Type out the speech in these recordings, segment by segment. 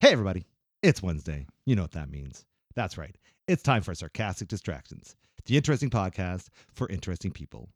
Hey, everybody, it's Wednesday. You know what that means. That's right. It's time for Sarcastic Distractions, the interesting podcast for interesting people,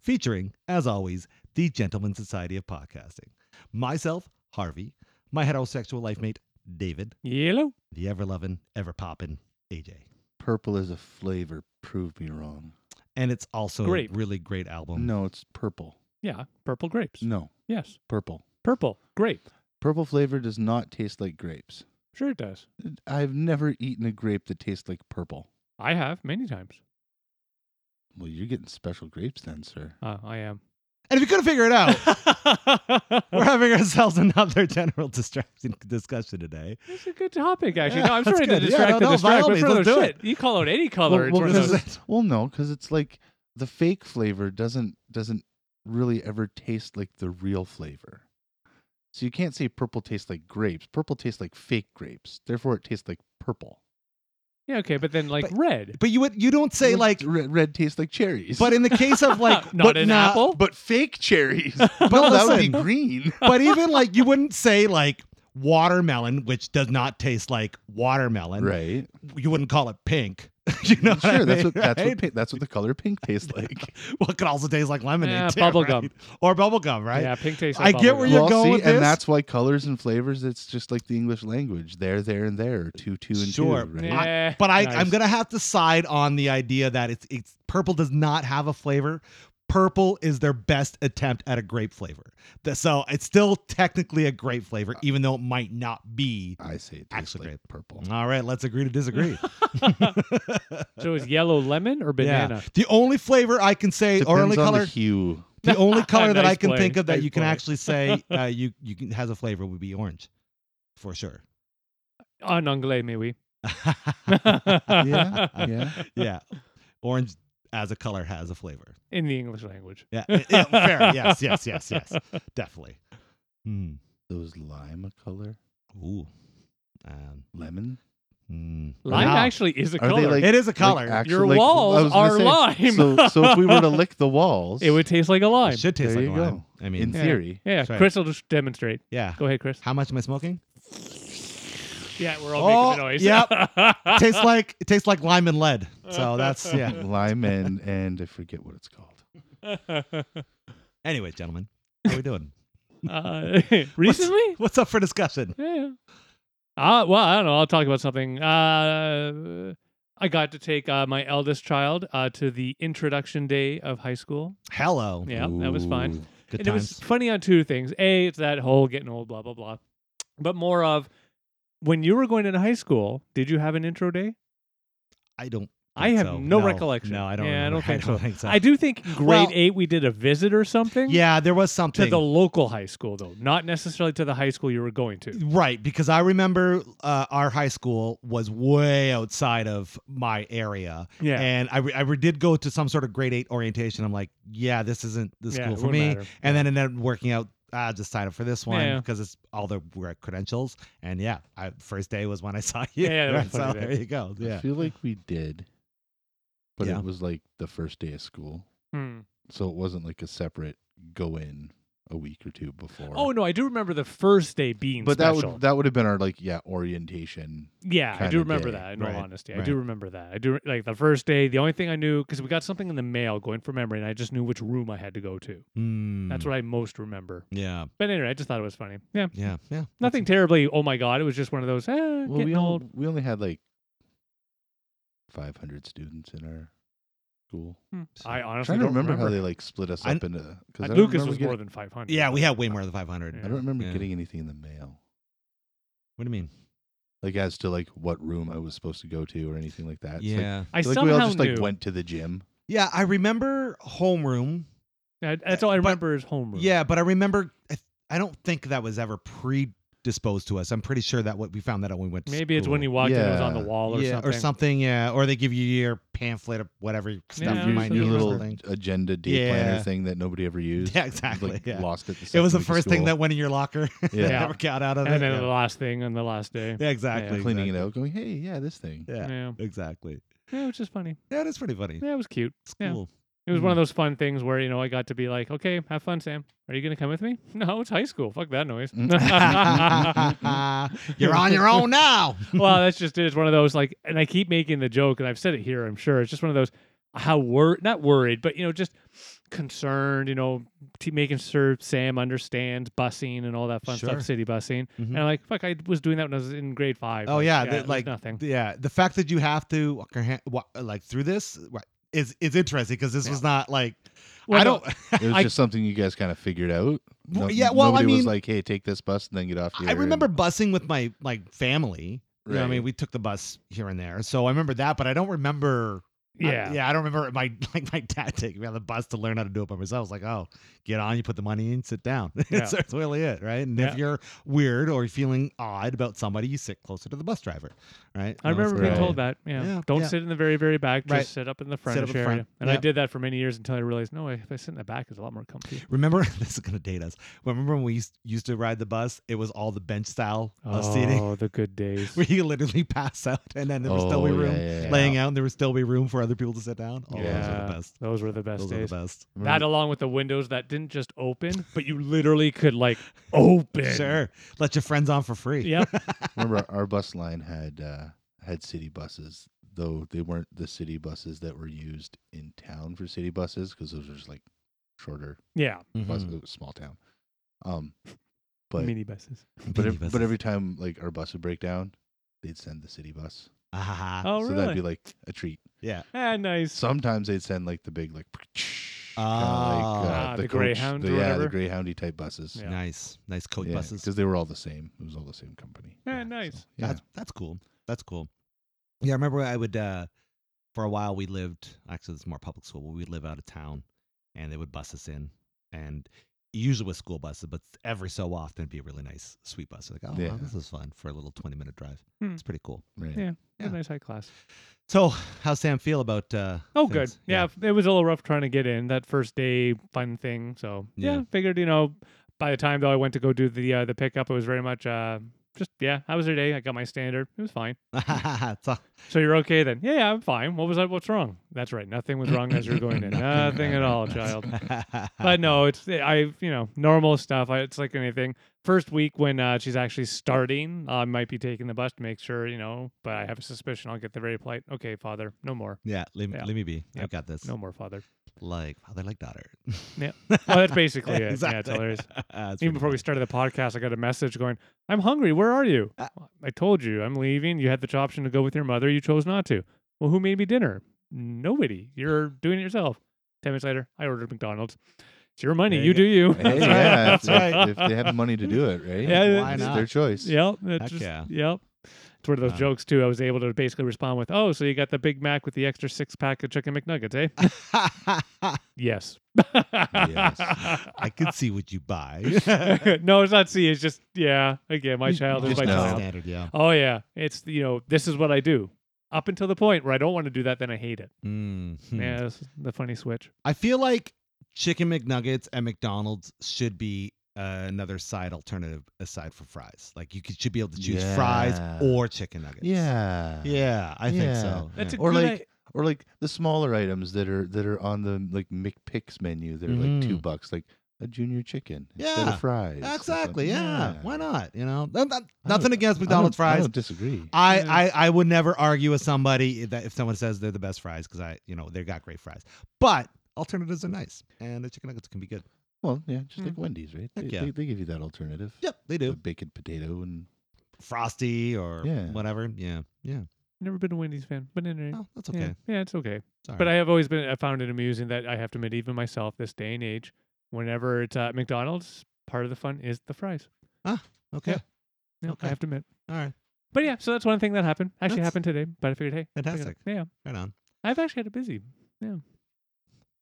featuring, as always, the Gentleman Society of Podcasting. Myself, Harvey, my heterosexual life mate, David, Yellow. the ever loving, ever poppin', AJ. Purple is a flavor. Prove me wrong. And it's also Grape. a really great album. No, it's purple. Yeah, purple grapes. Mm. No, Yes, purple. purple grape. Purple flavor does not taste like grapes. Sure, it does. I've never eaten a grape that tastes like purple. I have many times. Well, you're getting special grapes then, sir. Uh, I am. Oh. And if you couldn't figure it out, we're having ourselves another general distraction discussion today. It's a good topic, actually. Yeah, no, I'm that's sorry to good. Yeah, distract no, the no, by distract, all but means, it's one of let's those do shit. You call out any color, it's well, one of because those. it's- well, no, because it's like the fake flavor doesn't doesn't really ever taste like the real flavor. So you can't say purple tastes like grapes. Purple tastes like fake grapes. Therefore, it tastes like purple. Yeah, okay, but then like But- red. But you would you don't say like red, red tastes like cherries. but in the case of like Not but an nah, apple. but fake cherries. But no, that would be listen, green. but even like you wouldn't say like watermelon, which does not taste like watermelon. Right. You wouldn't call it pink. you know, what I sure. that's mean, what that's right? what pink, that's what the color pink tastes like. Well, it could also taste like lemonade, Yeah, too, bubble right? gum. or bubble gum, right? Yeah, pink tastes. I Like get where bubblegum. you're- well, going see, with and this? that's why colors and flavors. It's just like the English language. There, there, and there. Two, two, and Sure. two. Right? I- Yeah, But I, nice. I'm gonna have to side on the idea that it's it's purple does not have a flavor. Purple is their best attempt at a grape flavor. The- So it's still technically a grape flavor, even though it might not be. Uh, I say it tastes Actually, like grape. purple. All right, let's agree to disagree. So is yellow lemon or banana? Yeah. The only flavor I can say, or only Depends on color, the hue. the, only color that I Nice can play, think of that nice you can play. actually say uh, you you can, has a flavor would be orange, for sure. En anglais, may we? Yeah, yeah. yeah, orange as a color has a flavor. In the English language. Yeah, yeah, yeah, fair. Yes, yes, yes, yes, definitely. Hmm. Those lime a color. Ooh. Um, Lemon. hmm. Lime Wow. actually is a Are color. they like- it is a color. Like, actual- Your like- I walls was gonna are say, lime. So, so if we were to lick the walls, it would taste like a lime. it should taste There like you lime. go. I mean, in Yeah. theory. Yeah, That's right. Chris will just demonstrate. yeah. Go ahead, Chris. How much am I smoking? Yeah, we're all all making the Oh, making noise. yep. the noise. tastes like it tastes like lime and lead. So that's yeah. Lime and and I forget what it's called. Anyway, gentlemen, how are we doing? uh, recently? What's up for discussion? Yeah. Uh, well, I don't know. I'll talk about something. Uh, I got to take uh, my eldest child uh, to the introduction day of high school. Hello. Yeah, that was fun. Ooh. Good and it times. was funny on two things. A, it's that whole getting old, blah, blah, blah. But more of when you were going into high school, did you have an intro day? I don't. I think have so. no recollection. No, I don't. Yeah, I remember. don't think so. so. I do think grade Well- eight we did a visit or something. Yeah, there was to something. the local high school though, not necessarily to the high school you were going to. Right, because I remember uh, our high school was way outside of my area, Yeah. and I, re- I re- did go to some sort of grade eight orientation. I'm like, yeah, this isn't the Yeah, school it for me. wouldn't matter. And then ended up working out. I just signed up for this one Yeah. because it's all the re- credentials. And yeah, I, first day was when I saw you. Yeah, yeah, that was right? so funny, there right? you go. I Yeah, feel like we did, but Yeah. it was like the first day of school, Hmm. so it wasn't like a separate go in a week or two before. Oh no, I do remember the first day being but that special. would that would have been our like yeah orientation. yeah, I kinda do remember day. that. In all Right, honesty, I right. do remember that. I do re- like the first day. The only thing I knew because we got something in the mail going for memory, and I just knew which room I had to go to. Mm, That's what I most remember. Yeah, But anyway, I just thought it was funny. Yeah, yeah, yeah. nothing terribly. Oh my god, it was just one of those. Eh, Well, we getting old. all, we only had like five hundred students in our school. Hmm. I I'm honestly trying to don't remember, how they remember. like split us I- up into. Because Uh, Lucas was more than five hundred. Yeah, we had way more than 500. I don't remember Yeah. getting anything in the mail, What do you mean? like as to like what room I was supposed to go to or anything like that. It's like- yeah. I I feel like we somehow all just knew. like went to the gym. yeah, I remember homeroom. Yeah, That's all I But- remember is homeroom. Yeah, but I remember, I, I don't think that was ever predisposed to us. I'm pretty sure that what we found that out when we went to Maybe it's when school. you walked in, it was on the Yeah. wall or yeah, something. or something, yeah. Or they give you your pamphlet of whatever stuff Yeah, you your, might so need. your or there's little something. agenda day Yeah. planner thing that nobody ever used. Yeah, exactly. Like, yeah. Lost it. The It was the second week of first thing school. that went in your locker. Yeah. Yeah. Never got out of And it. then yeah. the last thing on the last day. Yeah, exactly. cleaning exactly. it out, going, "Hey, yeah, this thing." Yeah, Yeah. exactly. Yeah, it was just funny. Yeah, that's pretty funny. Yeah, it was cute. It's Yeah. cool. It was one of those fun things where you know I got to be like, okay, have fun, Sam. Are you gonna come with me? No, it's high school. Fuck that noise. Mm. well, You're on your own now. that's just it. It's one of those like, and I keep making the joke, and I've said it here. I'm sure it's just one of those how wor not worried, but you know, just concerned. You know, t- making sure Sam understands busing and all that fun Sure. stuff, city busing. Mhm. And I'm like, fuck, I was doing that when I was in grade five. Oh Like, yeah, it the, was like nothing. Yeah, the fact that you have to walk your hand, wa- like through this right, is is interesting because this was not like Well, I no, don't. It was I- just something you guys kind of figured out. Well, yeah, well, I nobody was mean- like, "Hey, take this bus and then get off here." I and- remember busing with my like family. You know what I Right. mean, we took the bus here and there, so I remember that, but I don't remember. I- yeah. yeah, I don't remember my like my dad taking me on the bus to learn how to do it by myself. It's like, oh, get on, you put the money in, sit down. Yeah. That's really it, right? And if Yeah. you're weird or feeling odd about somebody, you sit closer to the bus driver, right? I You know, remember so- being Right. told that. Yeah. Yeah, Don't yeah. sit in the very, very back. Just Right. sit up in the front. Sit up of in the front, area. And I yeah. did that for many years until I realized, no, if I sit in the back, it's a lot more comfy. Remember, this is gonna date us. Remember when we used, used to ride the bus? It was all the bench style uh, seating, Oh, the good days. where you literally pass out, and then there would still be Oh, yeah, room yeah, yeah. laying out, and there would still be room for other people to sit down. Oh, those are Yeah. the best. Those were the best Those days. are the best. That along with the windows that didn't just open, but you literally could like open. Sure, let your friends on for free. Yep. Remember, our- our bus line had uh, had city buses, though they weren't the city buses that were used in town for city buses because those were just like shorter Yeah. Mhm. buses. It was a small town. Um, but Mini buses. but Mini ev- buses. but every time like our bus would break down, they'd send the city bus. Ah, ha, ha. Oh, so really? that'd be like a treat. yeah. ah, nice. Sometimes they'd send like the big like, kinda Ah. Ah, the coach- Greyhound the- or yeah, the whatever? Greyhoundy type buses. Yeah. Nice, nice coach buses. because they were all the same. It was all the same company. Yeah, nice. so, yeah. That's that's cool. That's cool. Yeah, I remember I would uh for a while we lived actually it's more public school, but we would live out of town and they would bus us in and usually with school buses, but every so often it'd be a really nice sweet bus. Like, oh wow, Yeah. this is fun for a little twenty minute drive. Hmm. It's pretty cool. right. Yeah. Yeah. Nice high class. So how's Sam feel about uh Oh, good. things? Yeah, f- it was a little rough trying to get in that first day fun thing. So yeah, Yeah. figured you know by the time though I went to go do the uh, the pickup, it was very much uh, just yeah. How was your day? I got my standard. It was fine. It's all- So you're okay then? Yeah, yeah, I'm fine. What was I? What's wrong? That's right. Nothing was wrong as you're going in. Nothing at all, child. But no, it's eh, I you know normal stuff. I, it's like anything. First week when uh, she's actually starting, I might be taking the bus to make sure you know. But I have a suspicion I'll get the very polite. Okay, father, no more, Yeah, leave, Yeah. leave me be. I've Yep. got this. no more, father. Like father like daughter. Yeah. Oh, that's basically it. Yeah, it's Exactly. hilarious. That's Even pretty before we funny. started the podcast, I got a message going, I'm hungry. Where are you? Uh, I told you I'm leaving. You had the option to go with your mother. You chose not to. Well, who made me dinner? Nobody. You're doing it yourself. 10 minutes later, I ordered McDonald's. It's your money. There You you go. do you. Hey, That's right. yeah, That's if- right. If, they have the money to do it, right? Yeah, Why it's not? their choice. Yep. that's Heck just- yeah. Uh, Yep. It's one of those Wow. jokes, too. I was able to basically respond with, Oh, so you got the Big Mac with the extra six pack of chicken McNuggets, eh? yes. I could see what you buy. no, it's not C. It's just, yeah. Again, my You- child you is just my know. child. standard, yeah. Oh yeah, it's you know this is what I do. Up until the point where I don't want to do that, then I hate it. Mhm. Yeah, that's the funny switch. I feel like chicken McNuggets at McDonald's should be uh, another side alternative aside for fries. Like you could, should be able to choose fries Yeah. or chicken nuggets. Yeah. Yeah, I think Yeah. so. That's yeah. a Or good like- Or like the smaller items that are that are on the like McPicks menu that are like two Mm. Mhm. bucks, like a junior chicken instead Yeah. of fries. or something. Exactly. Yeah. Why not? You know, Not- not- I nothing don't- against I McDonald's don't- I fries. don't disagree. I, Yeah. I, I would never argue with somebody that if someone says they're the best fries because I you know they got great fries, but alternatives are nice and the chicken nuggets can be good. Well, yeah, just Mm. like Wendy's, right? Heck They, yeah. they, they give you that alternative. Yep, they The do. bacon potato and Frosty or Yeah. whatever. Yeah, yeah. Never been a Wendy's fan, but anyway, Oh, that's yeah, okay. yeah, it's okay. Sorry. But I have always been I found it amusing that I have to admit, even myself, this day and age, whenever it's at McDonald's, part of the fun is the fries. okay. yeah. No, Okay. I have to admit. All right. But yeah, so that's one thing that happened. Actually That's- happened today, but I figured, hey, check it out. Fantastic. Yeah, Right on. I've actually had a busy.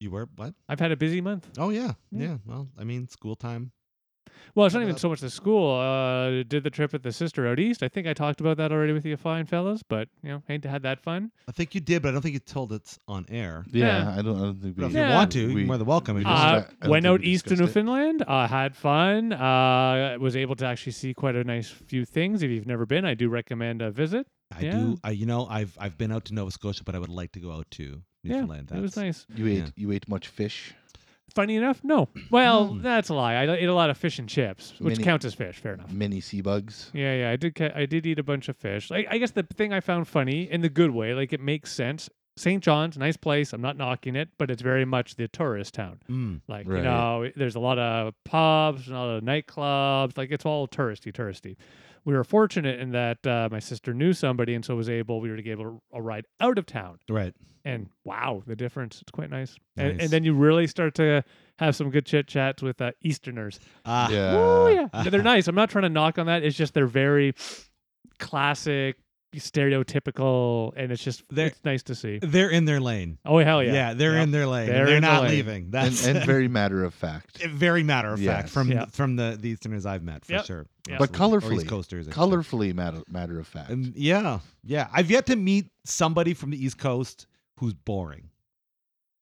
You were what? I've had a busy month. Oh yeah. Yeah. Yeah. Well, I mean, school time. Well, it's Check not it even out. so much the school. Uh, did the trip with the sister out east. I think I talked about that already with you fine fellas, but you know, ain't had that fun. I think you did, but I don't think you told it on air. yeah, Yeah. I don't I don't think But we if Yeah. you want to, we- you're more than welcome. we If just- you- I Uh, don't think went out we east to discussed it. Newfoundland. Uh, had fun. Uh, was able to actually see quite a nice few things. If you've never been, I do recommend a visit. I yeah. do. I, you know, I've I've been out to Nova Scotia, but I would like to go out to Newfoundland. yeah, it was That's- nice. You ate Yeah. you ate much fish. Funny enough, no. Well, Hmm. that's a lie. I ate a lot of fish and chips, which Many- counts as fish. Fair enough. Many sea bugs. Yeah, yeah, I did. Ca- I did eat a bunch of fish. Like, I guess the thing I found funny in the good way, like it makes sense. St. John's, nice place. I'm not knocking it, but it's very much the tourist town. Mm, Like you Right. know, it- there's a lot of pubs and a lot of nightclubs. Like it's all touristy, touristy. We were fortunate in that uh, my sister knew somebody, and so was able. We were able to a ride out of town, right. and and wow, the difference. It's quite nice. And, Nice. and then you really start to have some good chit chats with uh, Easterners. Ah, yeah. Oh yeah, No, they're nice. I'm not trying to knock on that. It's just they're very classic, stereotypical, and it's just They're- it's nice to see. They're in their lane. Oh hell yeah, they're Yep. in their lane. They're They're, in their not lane. leaving. And, That's and very matter of fact. very matter of fact Yes. from Yeah. from the, the Easterners I've met for Yep. sure. Yeah. But Absolutely. Or colorfully. East Coasters. I should say. Colorfully matter matter of fact. Um, yeah, yeah. I've yet to meet somebody from the East Coast who's boring.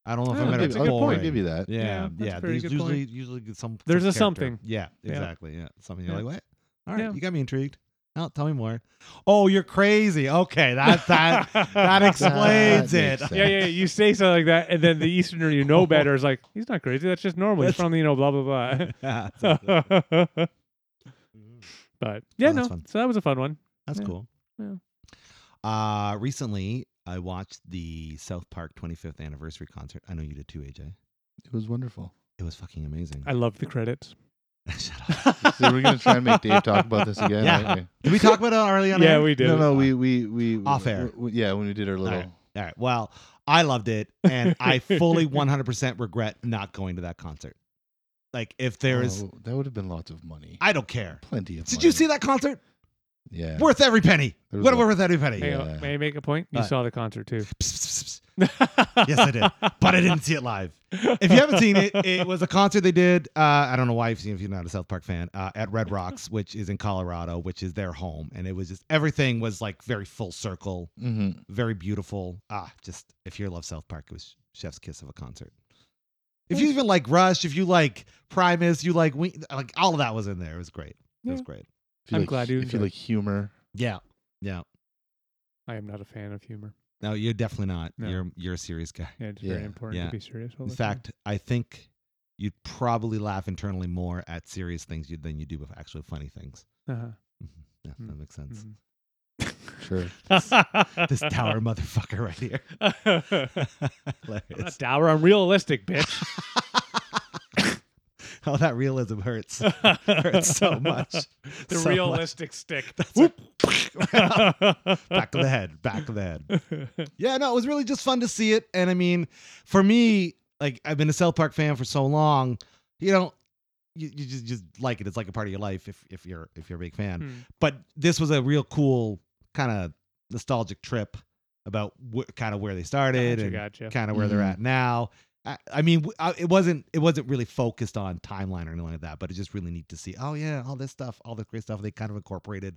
I don't know if Oh, I met that's a a I'll- good boring. point. I'll give you that. Yeah, Yeah, yeah. that's a very There's good usually point. usually some. some There's a character. something. Yeah, Yeah. exactly. Yeah, something. You're Yeah. like, what? All right, Yeah. you got me intrigued. Oh, tell me more. Oh, you're crazy. Okay, that that that explains makes it. sense. yeah, yeah. You say something like that, and then the Easterner you know better is like, he's not crazy. That's just normal. He's That's- from you know blah blah Yeah, exactly. blah. but yeah, Oh, that's no. fun. So that was a fun one. That's Yeah. cool. Yeah. Uh, recently, I watched the South Park 25th anniversary concert. I know you did too, AJ. It was wonderful. It was fucking amazing. I love the credits. Shut up. So we're gonna try and make Dave talk about this again. Yeah. aren't we? Did we talk about it already on Yeah, air? we did. No, it. no, we we we Off air. w- w- yeah, when we did our little. All right. Well, I loved it, and I fully 100% regret not going to that concert. Like, if there is, Oh, that would have been lots of money. I don't care. Plenty of. Did you money. see that concert? Yeah. Worth every penny. There was What a- worth every penny? Hang on, Yeah. may I make a point? You Uh, saw the concert too. Psst, psst, psst. Yes, I did. But I didn't see it live. If you haven't seen it, it was a concert they did. Uh, I don't know why you've seen it if you're not a South Park fan uh, at Red Rocks, which is in Colorado, which is their home, and it was just everything was like very full circle, hmm very beautiful. Ah, just if you love South Park, it was Chef's Kiss of a concert. If you even like Rush, if you like Primus, you like we like all of that was in there. It was great. It was Yeah. great. If you I'm like, glad you If you enjoyed. like humor, Yeah, yeah. I am not a fan of humor. No, you're definitely not. No. You're you're a serious guy. Yeah, it's Yeah, very important yeah. to be serious. All In the time. fact, I think you'd probably laugh internally more at serious things you, than you do with actual funny things. Uh-huh. Mhm. Yeah, Mm, that makes sense. sure. mhm. This tower motherfucker right here. I'm not Hilarious. dour. I'm realistic, bitch. oh, that realism hurts. hurts so much. The So much. realistic stick. Back of the head. Back of the head. Yeah, no, it was really just fun to see it. And I mean, for me, like I've been a South Park fan for so long, you know, you, you just just like it. It's like a part of your life if if you're if you're a big fan. Hmm. But this was a real cool kind of nostalgic trip about wh- kind of where they started Gotcha, and gotcha. kind of where they're Mhm. at now. I, I mean, w I it wasn't it wasn't really focused on timeline or anything like that, but it's just really neat to see. Oh yeah, all this stuff, all this great stuff. They kind of incorporated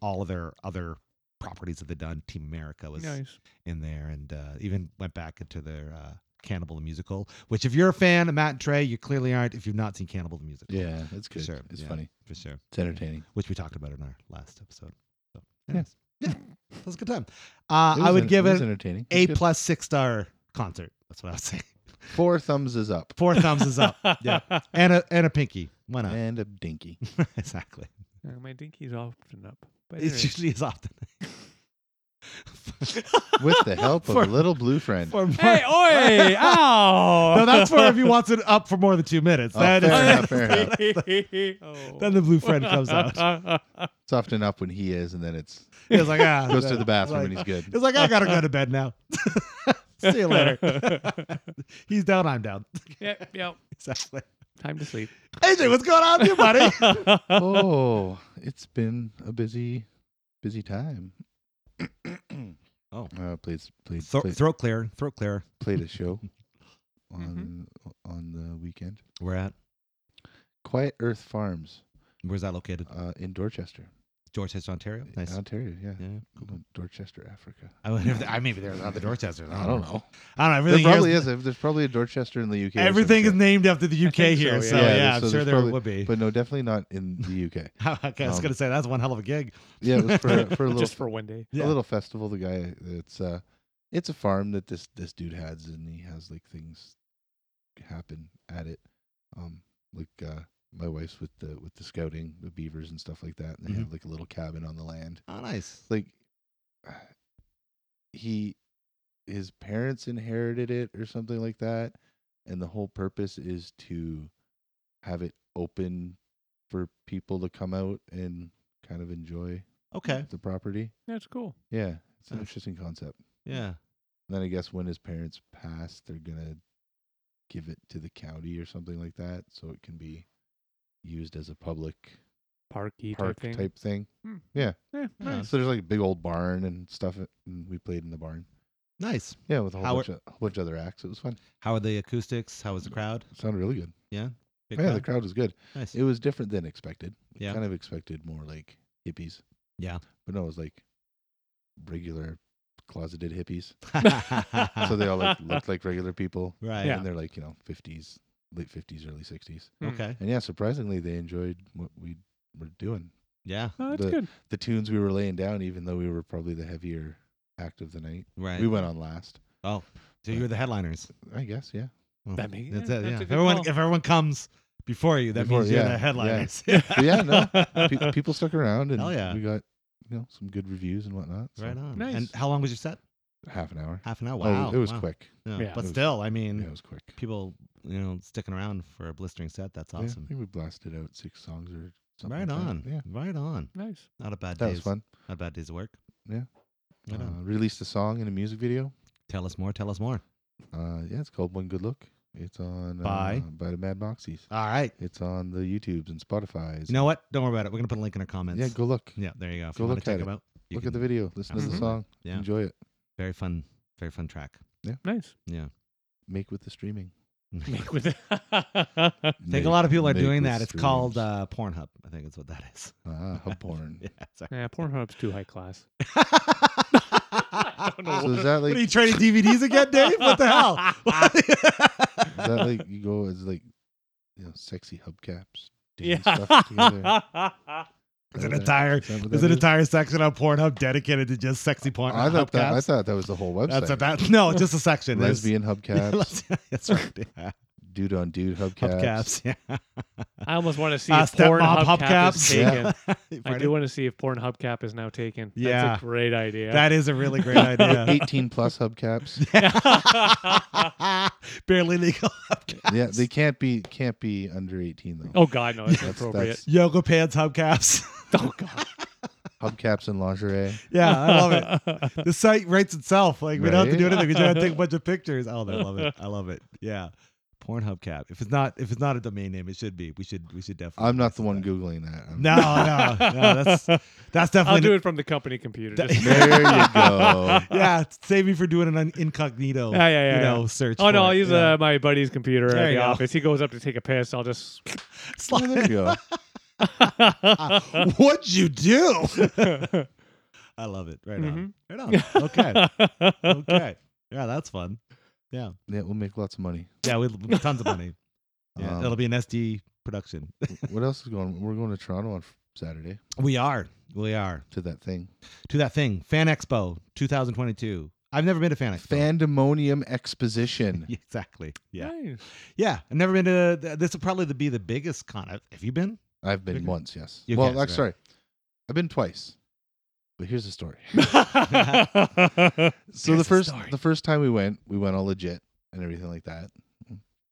all of their other properties that they've done. Team America was Nice. in there and uh, even went back into their uh, Cannibal the Musical, which if you're a fan of Matt and Trey, you clearly aren't if you've not seen Cannibal the Musical. Yeah, it's good. Sure, It's yeah. funny. For sure. It's entertaining. Which we talked about in our last episode. So, Yeah. anyways. Yeah. That was a good time. Uh, It I was would en- give it was it entertaining. It a was good. plus six star concert. That's what I would say. Four thumbs is up Four thumbs is up. Yeah. And a, and a pinky. Why not? and a dinky. exactly. Uh, my dinky's often up. But It anyway. usually is often. With the help of For- a little blue friend. for more, hey, oi! Ow! no, that's for if he wants it up for more than two minutes. Oh, That is fair enough, fair enough. Oh. Then the blue friend comes out. It's often up when he is, and then it's He was like, ah, goes to the bathroom Like, and he's good. He's like, I gotta go to bed now. See you later. He's down, I'm down. yep, yep. Exactly. Time to sleep. AJ, what's going on with you, buddy? Oh, it's been a busy, busy time. Oh. uh, played played Thro- played, throat clear, throat clear. played a show Mm-hmm. on on the weekend. Where at? Quiet Earth Farms Where's that located? uh, in Dorchester, Dorchester, Ontario. Nice. Ontario. Yeah, Yeah. Dorchester, Africa. I wonder if there, I maybe there's other Dorchester. I don't know. I don't know. There Everything probably here is. a- There's probably a Dorchester in the UK. or some Everything is shit. named after the UK think here, so, so yeah. yeah, Yeah, there's- I'm so sure there's there probably- would be. But no, definitely not in the UK. I was um, gonna say that's one hell of a gig. Yeah, it was for, for a little Just for one day. Yeah. a little festival. The guy that's uh, it's a farm that this this dude has, and he has like things happen at it. Um, like uh, my wife's with the with the scouting, the beavers and stuff like that. And they Mhm. have like a little cabin on the land. Oh, nice. Like uh, he, his parents inherited it or something like that, and the whole purpose is to have it open for people to come out and kind of enjoy Okay. the property. That's cool. Yeah, it's an Nice. interesting concept. Yeah. And then I guess when his parents pass, they're gonna give it to the county or something like that, so it can be used as a public Parky park type thing. type thing. Hmm. Yeah. Yeah, nice. So there's like a big old barn and stuff, it- and we played in the barn. Nice. Yeah, with a whole How bunch, of, whole bunch of other acts. It was fun. How are the acoustics? How was the crowd? It sounded really good. Big yeah, the crowd? crowd was good. Nice. It was different than expected. We Yeah. kind of expected more like hippies, yeah. but no, it was like regular closeted hippies. Ah. so they all like looked like regular people. right. Yeah. and they're like you know 50s late 50s early 60s Hmm. Okay. and yeah surprisingly they enjoyed what we were doing Yeah. Oh, that's the- good. the tunes we were laying down even though we were probably the heavier act of the night Right. we went on last oh, so you were the headliners. i guess yeah Well, That may- that's yeah, it. that's Yeah. a If good everyone, call. if everyone comes before you, that Before- means you're yeah, the yeah. headliners. But yeah, no, Pe- people stuck around and Hell yeah. we got you know some good reviews and whatnot so Right on. Nice. And how long was your set? half an hour Half an hour. Oh, Wow. it was wow. Mm. quick Yeah. Yeah. But It was- still, I mean, yeah it was quick people, you know, sticking around for a blistering set. That's Yeah, i awesome. think we blasted out six songs or something right like that. on. yeah Right on. nice. Not a bad that day. was fun Not a bad day's work. Yeah. Right uh, on. released a song and a music video Tell us more. Tell us more. Uh, yeah, it's called One Good Look. It's on By? uh, by the Mad Moxies. All right. It's on the YouTubes and Spotify's. You know what? Don't worry about it. We're gonna put a link in our comments. yeah, go look. Yeah, there you go. If Go you want look to check at them it. out, you Look at the can- video. Listen to the Mhm. song. Yeah. Enjoy it. Very fun. Very fun track. Nice. Yeah. Make with the streaming. I Make with it. think Mm-hmm. Make- a lot of people are make doing with that. It's called streams. uh, Pornhub. I think that's what that is. ah, hub porn. Yeah, sorry. yeah, Pornhub's too high class. don't know. So is that like what are you is trading DVDs again, Dave? What the hell? that like you go as like you know sexy hubcaps doing Yeah. stuff together? There's an entire Is that what there's that an is? entire section on Pornhub dedicated to just sexy porn. I thought that I hubcaps. thought that was the whole website. that's about no, just a section. There's- Lesbian Yeah, hubcaps, lesbian- that's right. Yeah. dude on dude hubcaps. Hubcaps. Yeah. I almost want to see Uh, if Pornhub stepmom hubcap hubcaps. is taken. I Pardon? do want to see if Pornhub cap is now taken. Yeah. That's a great idea. That is a really great idea. Eighteen plus hubcaps. Barely legal. Yeah, they can't be can't be under eighteen though. oh God, no, that's That's- inappropriate. that's- Yoga pants hubcaps. Oh God. hubcaps and lingerie. yeah, I love it. The site writes itself. Like we don't have to do Right? anything. We just have to take a bunch of pictures. Oh, I love it. I love it. Yeah. Pornhub cap. If it's not if it's not a domain name, it should be. We should we should definitely. I'm not the one license googling that. I'm- that. No, no, no. That's that's definitely. I'll do it from the company computer. That- just- There you go. Yeah, save me for doing an un- incognito. Yeah, yeah, yeah, You know, search. oh for no, it. I'll use yeah. uh, my buddy's computer There at you the go. office. He goes up to take a piss. I'll just. Slide- Ah, Oh, there you go. What'd you do? Ah. I love it. Right on. Mhm. Right on. Okay. Mm-hmm. okay. Yeah, that's fun. Yeah, we'll make lots of money. Yeah, we with tons of money. Yeah, Um, it'll be an SD production. what else is going? We're going to Toronto on f- Saturday We are. We are. to that thing. To that thing, Fan Expo 2022. I've never been to Fan Expo. Fandemonium Exposition. Yeah, exactly. Yeah. Nice. Yeah. I've never been to th- this will probably be the biggest con. Have- Have you been? I've been Okay. once, yes. You well, guessed like, right. sorry, I've been twice. But here's the story. So Here's the the first story. the first time we went, we went all legit and everything like that.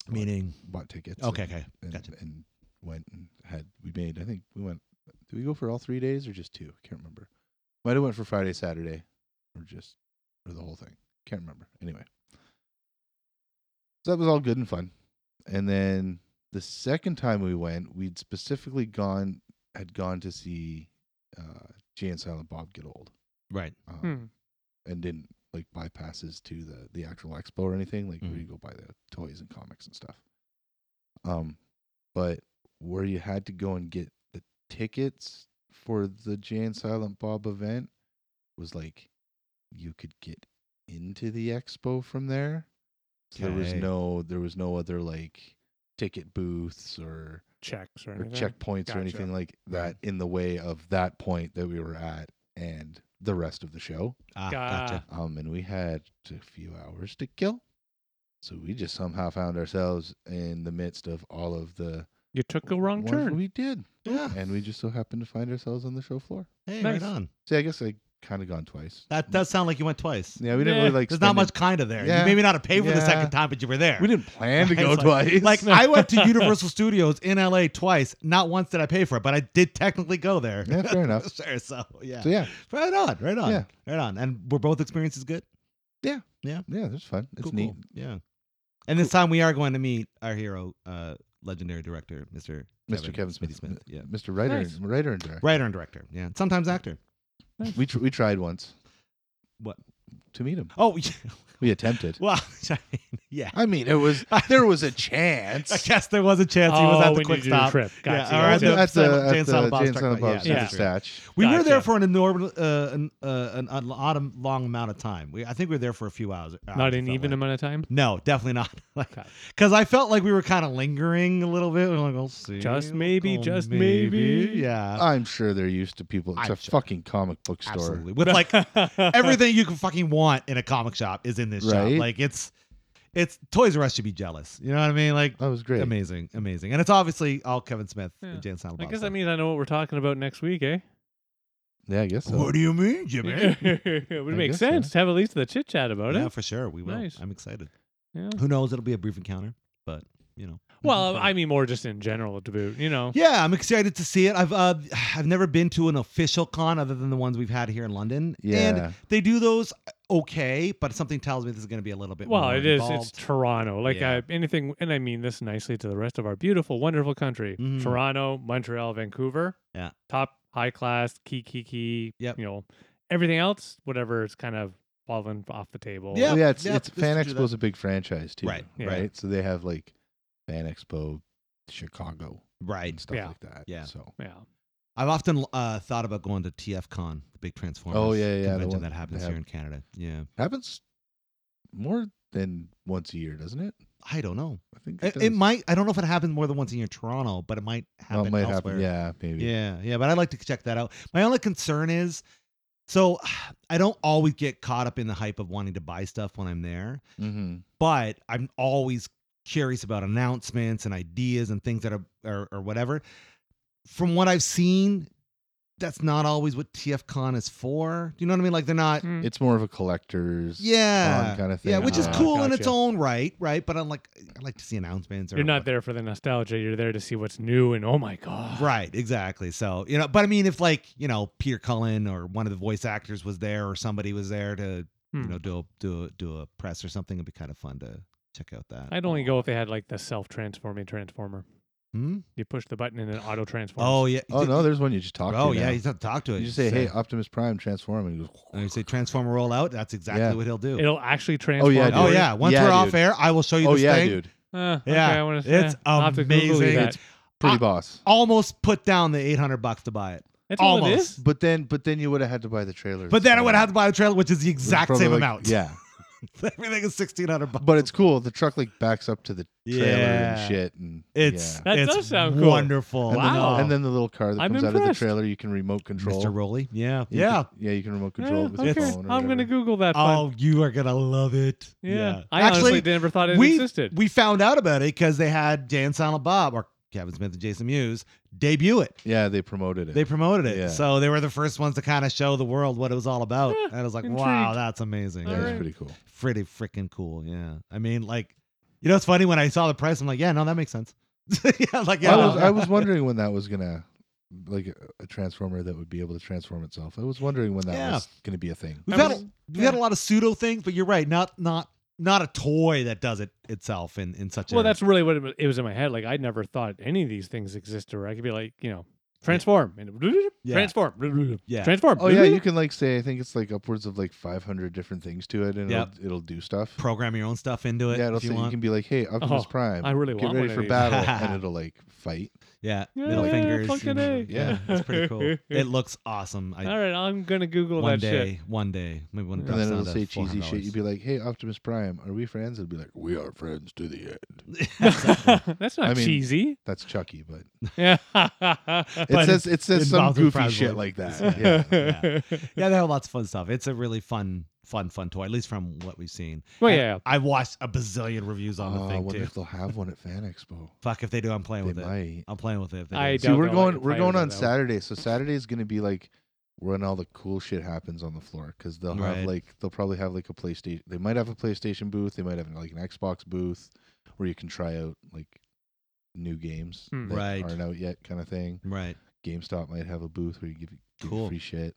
Meaning Bought tickets. Okay, and- okay. And, Gotcha. and went and had we made. I think we went. Did we go for all three days or just two? I can't remember. Might have went for Friday, Saturday, or just or the whole thing. Can't remember. Anyway, so that was all good and fun. And then the second time we went, we'd specifically gone had gone to see uh, Jay and Silent Bob Get Old, Right. um, Hmm. and didn't like buy passes to the the actual expo or anything. Like Mhm. we go buy the toys and comics and stuff. Um, but where you had to go and get the tickets for the Jay and Silent Bob event was like you could get into the expo from there. So there was Okay. no there was no other like ticket booths or Checks or or anything. checkpoints or Gotcha. anything like Right. that in the way of that point that we were at and the rest of the show. Ah, Gah. gotcha. Um, and we had a few hours to kill. So we just somehow found ourselves in the midst of all of the You took a wrong wonderful- turn. We did. Yeah. And we just so happened to find ourselves on the show floor. Hey, Nice. right on. See, I guess I kind of gone twice. That does sound like you went twice. Yeah, we didn't Yeah. really like. There's spend not it- much kind of there. Yeah. You maybe not a pay for the Yeah. second time, but you were there. We didn't plan to Right, go it's twice. Like I went to Universal Studios in LA twice. Not once did I pay for it, but I did technically go there. Yeah, fair enough. sure. So yeah. So yeah, Right on. Right on. Yeah. Right on. And were both experiences good? yeah, that's fun. It's Cool, neat. cool. Yeah. And this time we are going to meet our hero, uh, legendary director, Mr. Mr. Kevin Smithy Smith, Smith. Yeah. Mr. Writer, Nice. and, writer and director. Writer and director. Yeah. and Sometimes actor. We tr- we tried once. What? To meet him, Oh, yeah. we attempted. well, I mean, yeah. I mean, it was there was a chance. I guess there was a chance he was oh, at the when quick you do the stop. trip. Gotcha. all right, gotcha. the- at the, Silent- at Jane the Silent Bob's Jane Truck Silent Ride, Bob's yeah. Yeah. Dispatch. We were there Gotcha. for an enormous, uh, an, uh, an, an autumn, long amount of time. We, I think we were there for a few hours. Not hours, it an felt even like. amount of time. No, definitely not. Like, Okay. because I felt like we were kind of lingering a little bit. We We're like, we'll see. Just maybe, Oh, just maybe. Yeah, I'm sure they're used to people. It's I'm a sure. fucking comic book store. absolutely. With like everything you can fucking want in a comic shop is in this Right? shop. Like it's, it's Toys R Us should be jealous. You know what I mean? Like That was great. amazing, amazing, and it's obviously all Kevin Smith Yeah. and Jan Silent I Bob guess stuff. that means I know what we're talking about next week, eh? Yeah, I guess so. What do you mean, Jimmy? it would I make guess so. sense to have at least the chit chat about yeah, it. for sure. We will. Nice. I'm excited. Yeah. Who knows? It'll be a brief encounter, but you know. Well, I mean, more just in general to boot. You know, Yeah, I'm excited to see it. I've uh, I've never been to an official con other than the ones we've had here in London. and Yeah, they do those uh, okay, but something tells me this is going to be a little bit. well, more it is. It's involved. Toronto. Like Yeah. uh, anything, and I mean this nicely to the rest of our beautiful, wonderful country. Mhm. Toronto, Montreal, Vancouver. Yeah. Top, high class, key, key, key. Yep. You know, everything else, whatever, it's kind of fallen off the table. Yeah, Well, yeah. It's yeah, it's this Fan would do that. Expo's a big franchise too, Right, yeah. Right. So they have like Fan Expo, Chicago, right. and stuff Yeah. like that. Yeah. So Yeah. I've often uh, thought about going to TF Con, the big Transformers. Oh, yeah, yeah, the convention one that happens they here have. in Canada. Yeah, happens more than once a year, doesn't it? I don't know. I think It, it does. might. I don't know if it happens more than once a year in Toronto, but it might Well, happen. it might elsewhere. happen. Yeah, maybe. Yeah, yeah, but I'd like to check that out. My only concern is so I don't always get caught up in the hype of wanting to buy stuff when I'm there, Mm-hmm. but I'm always curious about announcements and ideas and things that are or, or whatever. From what I've seen, that's not always what TFCon is for. Do you know what I mean? Like they're not Mm. It's more of a collector's yeah. kind of thing. Uh, Yeah, which is Ah, cool in its gotcha. own own right, right? But I'm like I like to see announcements or You're not there for the nostalgia. You're there to see what's new and oh my god. Right, exactly. So, you know, but I mean, if like, you know, Peter Cullen or one of the voice actors was there or somebody was there to, you Hmm. know, do a, do a, do a press or something, it'd be kind of fun to check out that. I'd only go if they had like the self-transforming transformer. Hmm? You push the button and it auto transforms. Oh, yeah. Oh no, there's one you just talk to. Oh, yeah. now. He's not talk to it. You just say, "Hey, Optimus Prime, transform," and he goes. and you say transformer roll out. That's exactly Yeah. what he'll do. it'll actually transform. yeah, oh, you. dude. yeah. Once Yeah, we're off dude. air, I will show you Oh this yeah, thing. dude, Uh, Yeah, okay, I wanna, it's yeah, I'll have to Google amazing. that. It's- pretty Ah. boss. Almost put down the 800 bucks to buy it. That's all it almost. is. But then, but then you would have had to buy the trailer. But then I would have to buy the trailer, which is the exact same amount. Yeah, Everything is 1600 bucks. but it's cool. The truck like backs up to the trailer Yeah. uh, and shit, and It's oh. yeah. That it's does sound cool. Wonderful. and Wow. Then, and then the little car that I'm comes out of the impressed. trailer, you can remote control. Mr. Rowley. Yeah. You Yeah. can- yeah, you can remote Yeah, control it with okay. your phone. Or I'm gonna whatever. Google that. fun. Oh, you are gonna love it. yeah. I honestly Actually, never thought it we existed. we found out about it because they had Dan Silent Bob or Kevin Smith and Jason Mewes debut it. Yeah, they promoted it. They promoted it, Yeah. so they were the first ones to kind of show the world what it was all about. Huh, and I was like, wow, intrigued. that's amazing. yeah, Yeah. All it's right. pretty cool. Pretty freaking cool. Yeah. I mean, like, you know, it's funny when I saw the price, I'm like, yeah, no, that makes sense. yeah, like yeah, I was no. I was wondering when that was gonna like a- a transformer that would be able to transform itself. I was wondering when that Yeah. was gonna be a thing. We've I had was- a, we've had a lot of pseudo things, but you're right, not not not a toy that does it itself in in such well, a that's really what it, wa- it was in my head. Like I never thought any of these things existed. Or I could be like, you know, transform and Yeah. transform, Yeah. transform. Oh yeah, you can like say I think it's like upwards of like 500 different things to it, and Yep. it'll, it'll do stuff. program your own stuff into it yeah, it'll if say you you, want. can be like, hey, Optimus Oh, Prime, I really get want ready one of for these. battle, and it'll like fight. Yeah, Yeah, middle yeah, fingers. fucking you know, A. yeah, it's pretty cool. It looks awesome. I, All right, I'm gonna Google one that day, shit. one day, maybe when it And drops and then down it'll to say cheesy shit. $400. You'd be like, hey, Optimus Prime, are we friends? It'll be like, we are friends to the end. That's not I mean- cheesy. That's Chucky, but Yeah. it says it says some involves a goofy Frazzler. shit like that. Yeah. Yeah. Yeah. yeah, they have lots of fun stuff. It's a really fun, fun, fun toy. At least from what we've seen. Well, I- yeah. I watched a bazillion reviews on Oh, the I thing wonder too. if they'll have one at Fan Expo. Fuck if they do, I'm playing They with it. might. I'm playing with it. If they I do. See, don't we're know, going like, we're excited going about on that one. Saturday, so Saturday is going to be like when all the cool shit happens on the floor because they'll Right. have like they'll probably have like a PlayStation. They might have a PlayStation booth. They might have like an Xbox booth where you can try out like new games Hmm. that Right. aren't out yet, kind of thing. Right. GameStop might have a booth where you give, give Cool. free shit.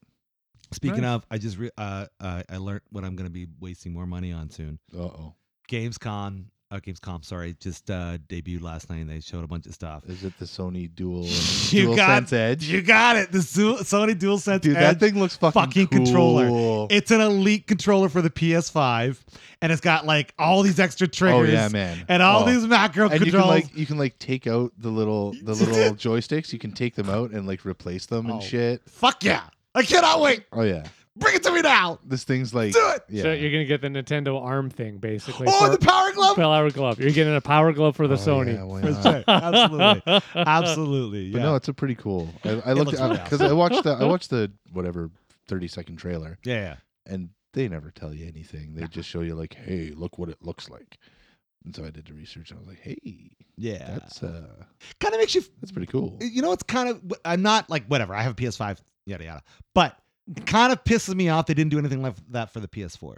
Speaking Nice. of, I just re- uh, uh, I learned what I'm going to be wasting more money on soon. Uh oh, GamesCon, uh, GamesCom, sorry, just uh, debuted last night. and They showed a bunch of stuff. is it the Sony Dual uh, You Dual got- Sense Edge? You got it. The Su- Sony DualSense Dude, Edge. that thing looks fucking, fucking controller. cool. It's an elite controller for the PS5, and it's got like all these extra oh triggers yeah, man, and all Oh. these macro and you controls. can like you can like take out the little the little joysticks. You can take them out and like replace them Oh. and shit. Fuck yeah! I cannot wait. Oh yeah, Bring it to me now. this thing's like Do it. yeah. So you're gonna get the Nintendo arm thing basically. oh, for- the power glove. power glove. You're getting a power glove for the Oh, Sony. yeah, why For not? sure. Absolutely, absolutely. But Yeah. no, it's a pretty cool. I, I looked looks really because I watched the I watched the whatever thirty second trailer, yeah, yeah. and they never tell you anything. They just show you like, hey, look what it looks like. And so I did the research, and I was like, hey, Yeah. that's uh, kind of makes you that's pretty cool. you know it's kind of i'm not like whatever i have a ps5 yada yada but it kind of pisses me off they didn't do anything like that for the ps4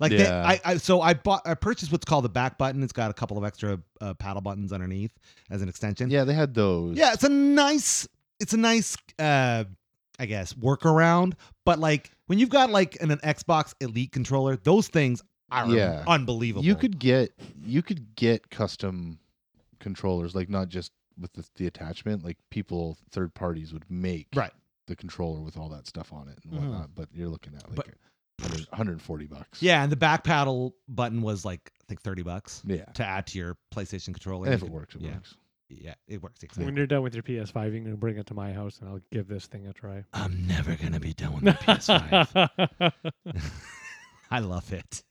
like they, Yeah. I, I so i bought i purchased what's called the back button it's got a couple of extra uh, paddle buttons underneath as an extension Yeah, they had those. yeah it's a nice it's a nice uh i guess workaround but like when you've got like an, an xbox elite controller those things are Yeah. unbelievable You could get you could get custom controllers, like not just with the, the attachment. Like people, third parties would make Right. Mm-hmm. the controller with all that stuff on it and Mhm. whatnot. But you're looking at like But- 100 140 bucks. yeah and the back paddle button was like i think 30 bucks yeah. to add to your playstation controller And You if it could- works, it yeah. works. yeah, it works When exactly. you're done with your PS5, you can bring it to my house and I'll give this thing a try. I'm never gonna be done with the PS5. I love it.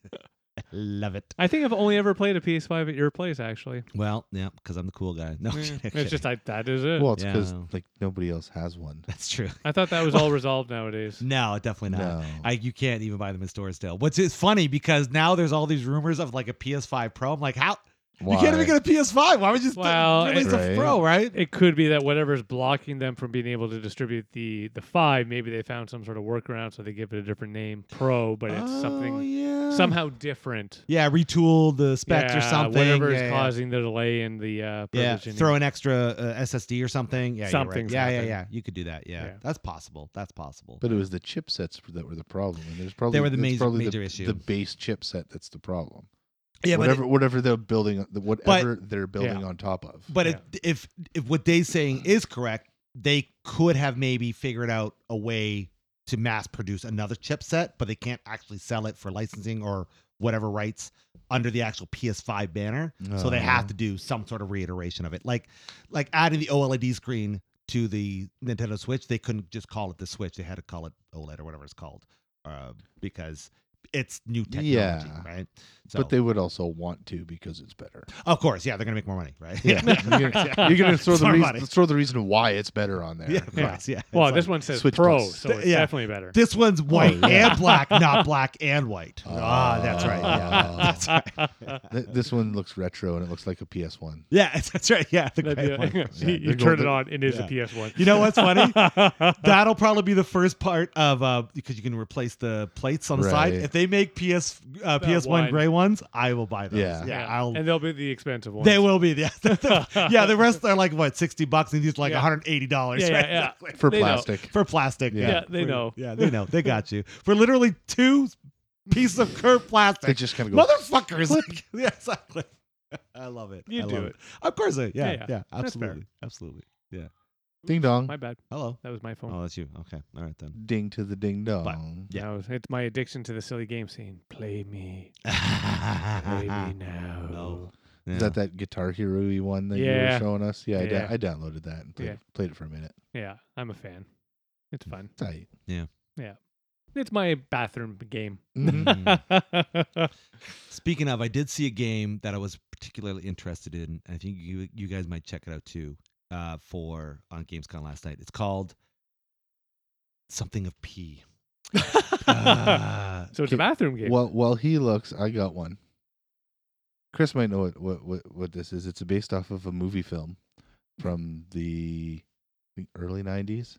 I love it. I think I've only ever played a PS5 at your place, actually. Well, yeah, because I'm the cool guy. No, Yeah. kidding, kidding. It's just I, that is it. Well, it's because Yeah. like nobody else has one. that's true. I thought that was all resolved nowadays. No, definitely not. No. I you can't even buy them in stores still. What's it's funny because now there's all these rumors of like a PS5 Pro. I'm like, how you can't Why? even get a PS5? Why would you just Well, release a Right. Pro, right? It could be that whatever's blocking them from being able to distribute the the five, maybe they found some sort of workaround, so they give it a different name, Pro, but it's Oh, something yeah. somehow different. Yeah, retool the specs yeah, or something. Whatever Yeah, is yeah. causing the delay in the uh, Yeah, provisioning. throw an extra uh, SSD or something. Yeah, you're right. Something's Yeah, yeah, happened. yeah. You could do that. Yeah, Yeah. that's possible. That's possible. But it was the chipsets that were the problem. And there's probably were the it's major- probably major the, issue. The base chipset that's the problem. yeah, whatever whatever they're building, whatever they're building on top of. but it, but it, if if what Dave's saying is correct, they could have maybe figured out a way to mass produce another chipset, but they can't actually sell it for licensing or whatever rights under the actual PS5 banner. So they have Uh, to do some sort of reiteration of it, like like adding the OLED screen to the Nintendo Switch. They couldn't just call it the Switch; they had to call it OLED or whatever it's called, uh, because it's new technology, Yeah. right? So, But they would also want to because it's better. of course, yeah, they're gonna make more money, right? Yeah. you're, gonna, you're gonna throw It's the more reason, money. throw the reason why it's better on there. Yeah, of Yeah. course, yeah. Well, It's this like- one says Switch Pro, plus. so it's Yeah. definitely better. this one's white yeah. and black, not black and white. Ah, that's right. Yeah, Oh. that's right. Th- this one looks retro and it looks like a PS1. Yeah, that's right. Yeah, the That'd gray be- one. you Yeah, they're turn going- it on, it is yeah. a PS1. You know what's funny? that That'll probably be the first part of uh because you can replace the plates on the side. Right. If they make PS uh, That PS1 one. gray ones, I will buy those. Yeah, Yeah. I'll. and they'll be the expensive ones. they will be yeah. yeah, the rest are like what sixty bucks, and these are like Yeah. one hundred eighty dollars. Yeah, yeah, yeah. For They know. plastic. for plastic. Yeah. Yeah, they For- know. Yeah, they know. They got you for literally two pieces of curved They plastic. just kind of go. Motherfuckers! yeah, exactly. I love it. You I do love it. Of course, I, yeah, yeah, Yeah, yeah. That's fair. absolutely, absolutely. Ding dong. My bad. Hello. That was my phone. Oh, that's you. Okay, all right then. Ding to the ding dong. yeah. No, it's my addiction to the silly game scene. Play me, play me now. No. Is that that Guitar Hero one that you Yeah. were showing us? Yeah, I, da- Yeah. I downloaded that and played, Yeah. played it for a minute. Yeah, I'm a fan. It's Mm. fun. Tight. It's my bathroom game. Mhm. Mm. Speaking of, I did see a game that I was particularly interested in. I think you you guys might check it out too. Uh, for on Gamescom last night. It's called something of pee. Ah, so it's a okay, bathroom game. While while he looks, I got one. Chris might know what what what, what this is. It's based off of a movie film from the I think, early '90s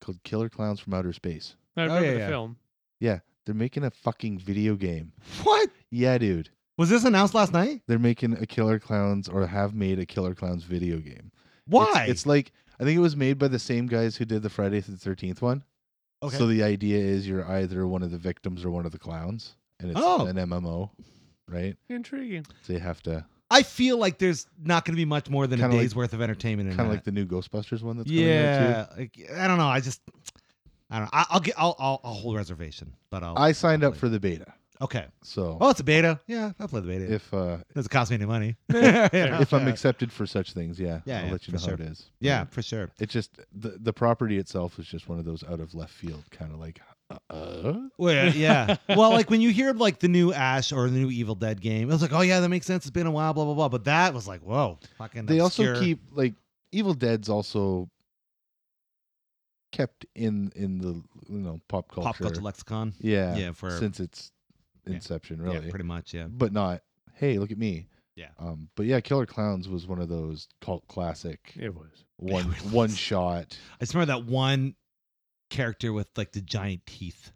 called "Killer Clowns from Outer Space." I Oh, remember yeah, the yeah. film. They're making a fucking video game. what Yeah, dude. was this announced last night? They're making a Killer Clowns or have made a Killer Clowns video game. It's- Why? It's, like I think it was made by the same guys who did the Friday the Thirteenth one. okay. So the idea is you're either one of the victims or one of the clowns, and it's Oh. an MMO, right? Intriguing. So you have to I feel like there's not going to be much more than Kinda a day's worth of entertainment in kind of that. like the new Ghostbusters one that's coming out yeah, like, I don't know. I just, I don't know. I, I'll get, I'll, I'll, I'll hold reservation, but I'll. too. I signed up Probably. for the beta, okay. so Oh, it's a beta. Yeah, I'll play the beta. if uh, doesn't cost me any money. if I'm Yeah. accepted for such things, yeah, Yeah, I'll yeah, let you for sure. know how it is. yeah, for sure. It just the the property itself is just one of those out of left field kind of like uh, uh Well, yeah. well, like when you hear like the new Ash or the new Evil Dead game, it was like, oh yeah, that makes sense. It's been a while, blah blah blah. But that was like, whoa, fucking. they also obscure. keep like Evil Dead's also kept in in the you know pop culture. pop culture lexicon. yeah, Yeah, for since its Yeah. inception, yeah, really. pretty much. Yeah, but not hey, look at me. Yeah. Um, but yeah, Killer Clowns was one of those cult classic It was. one It was. one shot. I just remember that one character with like the giant teeth.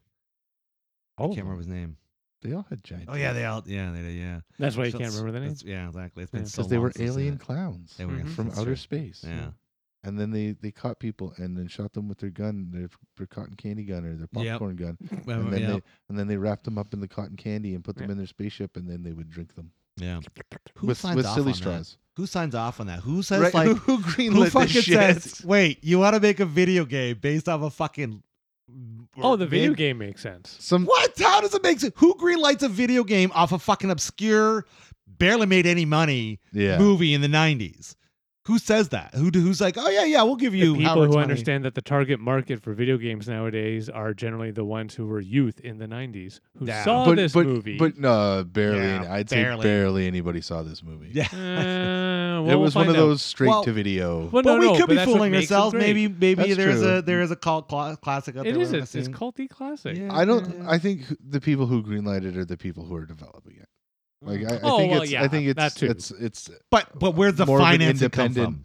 Oh, Can't remember his name. They all had giant. Oh yeah, they all. Yeah, they did. Yeah. that's why you So can't it's- remember the name. it's- Yeah, exactly. It's been Yeah. so because they were long since I've seen alien it. clowns They were Mhm. from that's outer true. space. Yeah. And then they they caught people and then shot them with their gun, their their cotton candy gun or their Yep. popcorn gun. Well, And then yeah. they and then they wrapped them up in the cotton candy and put them Yeah. in their spaceship and then they would drink them yeah. Who with signs with off on silly that? straws. Who signs off on that? Who says Right, like who greenlit Who this fucking shit? says, wait, you want to make a video game based off a fucking. oh, the video Vid- game makes sense. Some What? How does it make sense? Who greenlights a video game off a fucking obscure, barely made any money yeah. movie in the 90s? Who says that? Who do, Who's like, oh, yeah, yeah, we'll give you the people however who much money." understand that the target market for video games nowadays are generally the ones who were youth in the 90s who Yeah. saw but, this but, movie. But no, barely. Yeah, any- I'd barely. say barely anybody saw this movie. Yeah. Uh, Eh, well, it was we'll find one of out. those straight Well- to video. Well, but no, we no, could be that's what fooling makes them ourselves. great. Maybe, maybe That's there's true. a there is a cult cla- classic out it there. is. we're It's, it's missing. culty classic. Yeah. I don't. Yeah. I think who- the people who greenlight it are the people who are developing it. Like Mm-hmm. I, I Oh, think well, it's. yeah, I think it's. that too. It's. It's. but but where's the more of an financing come independent- from?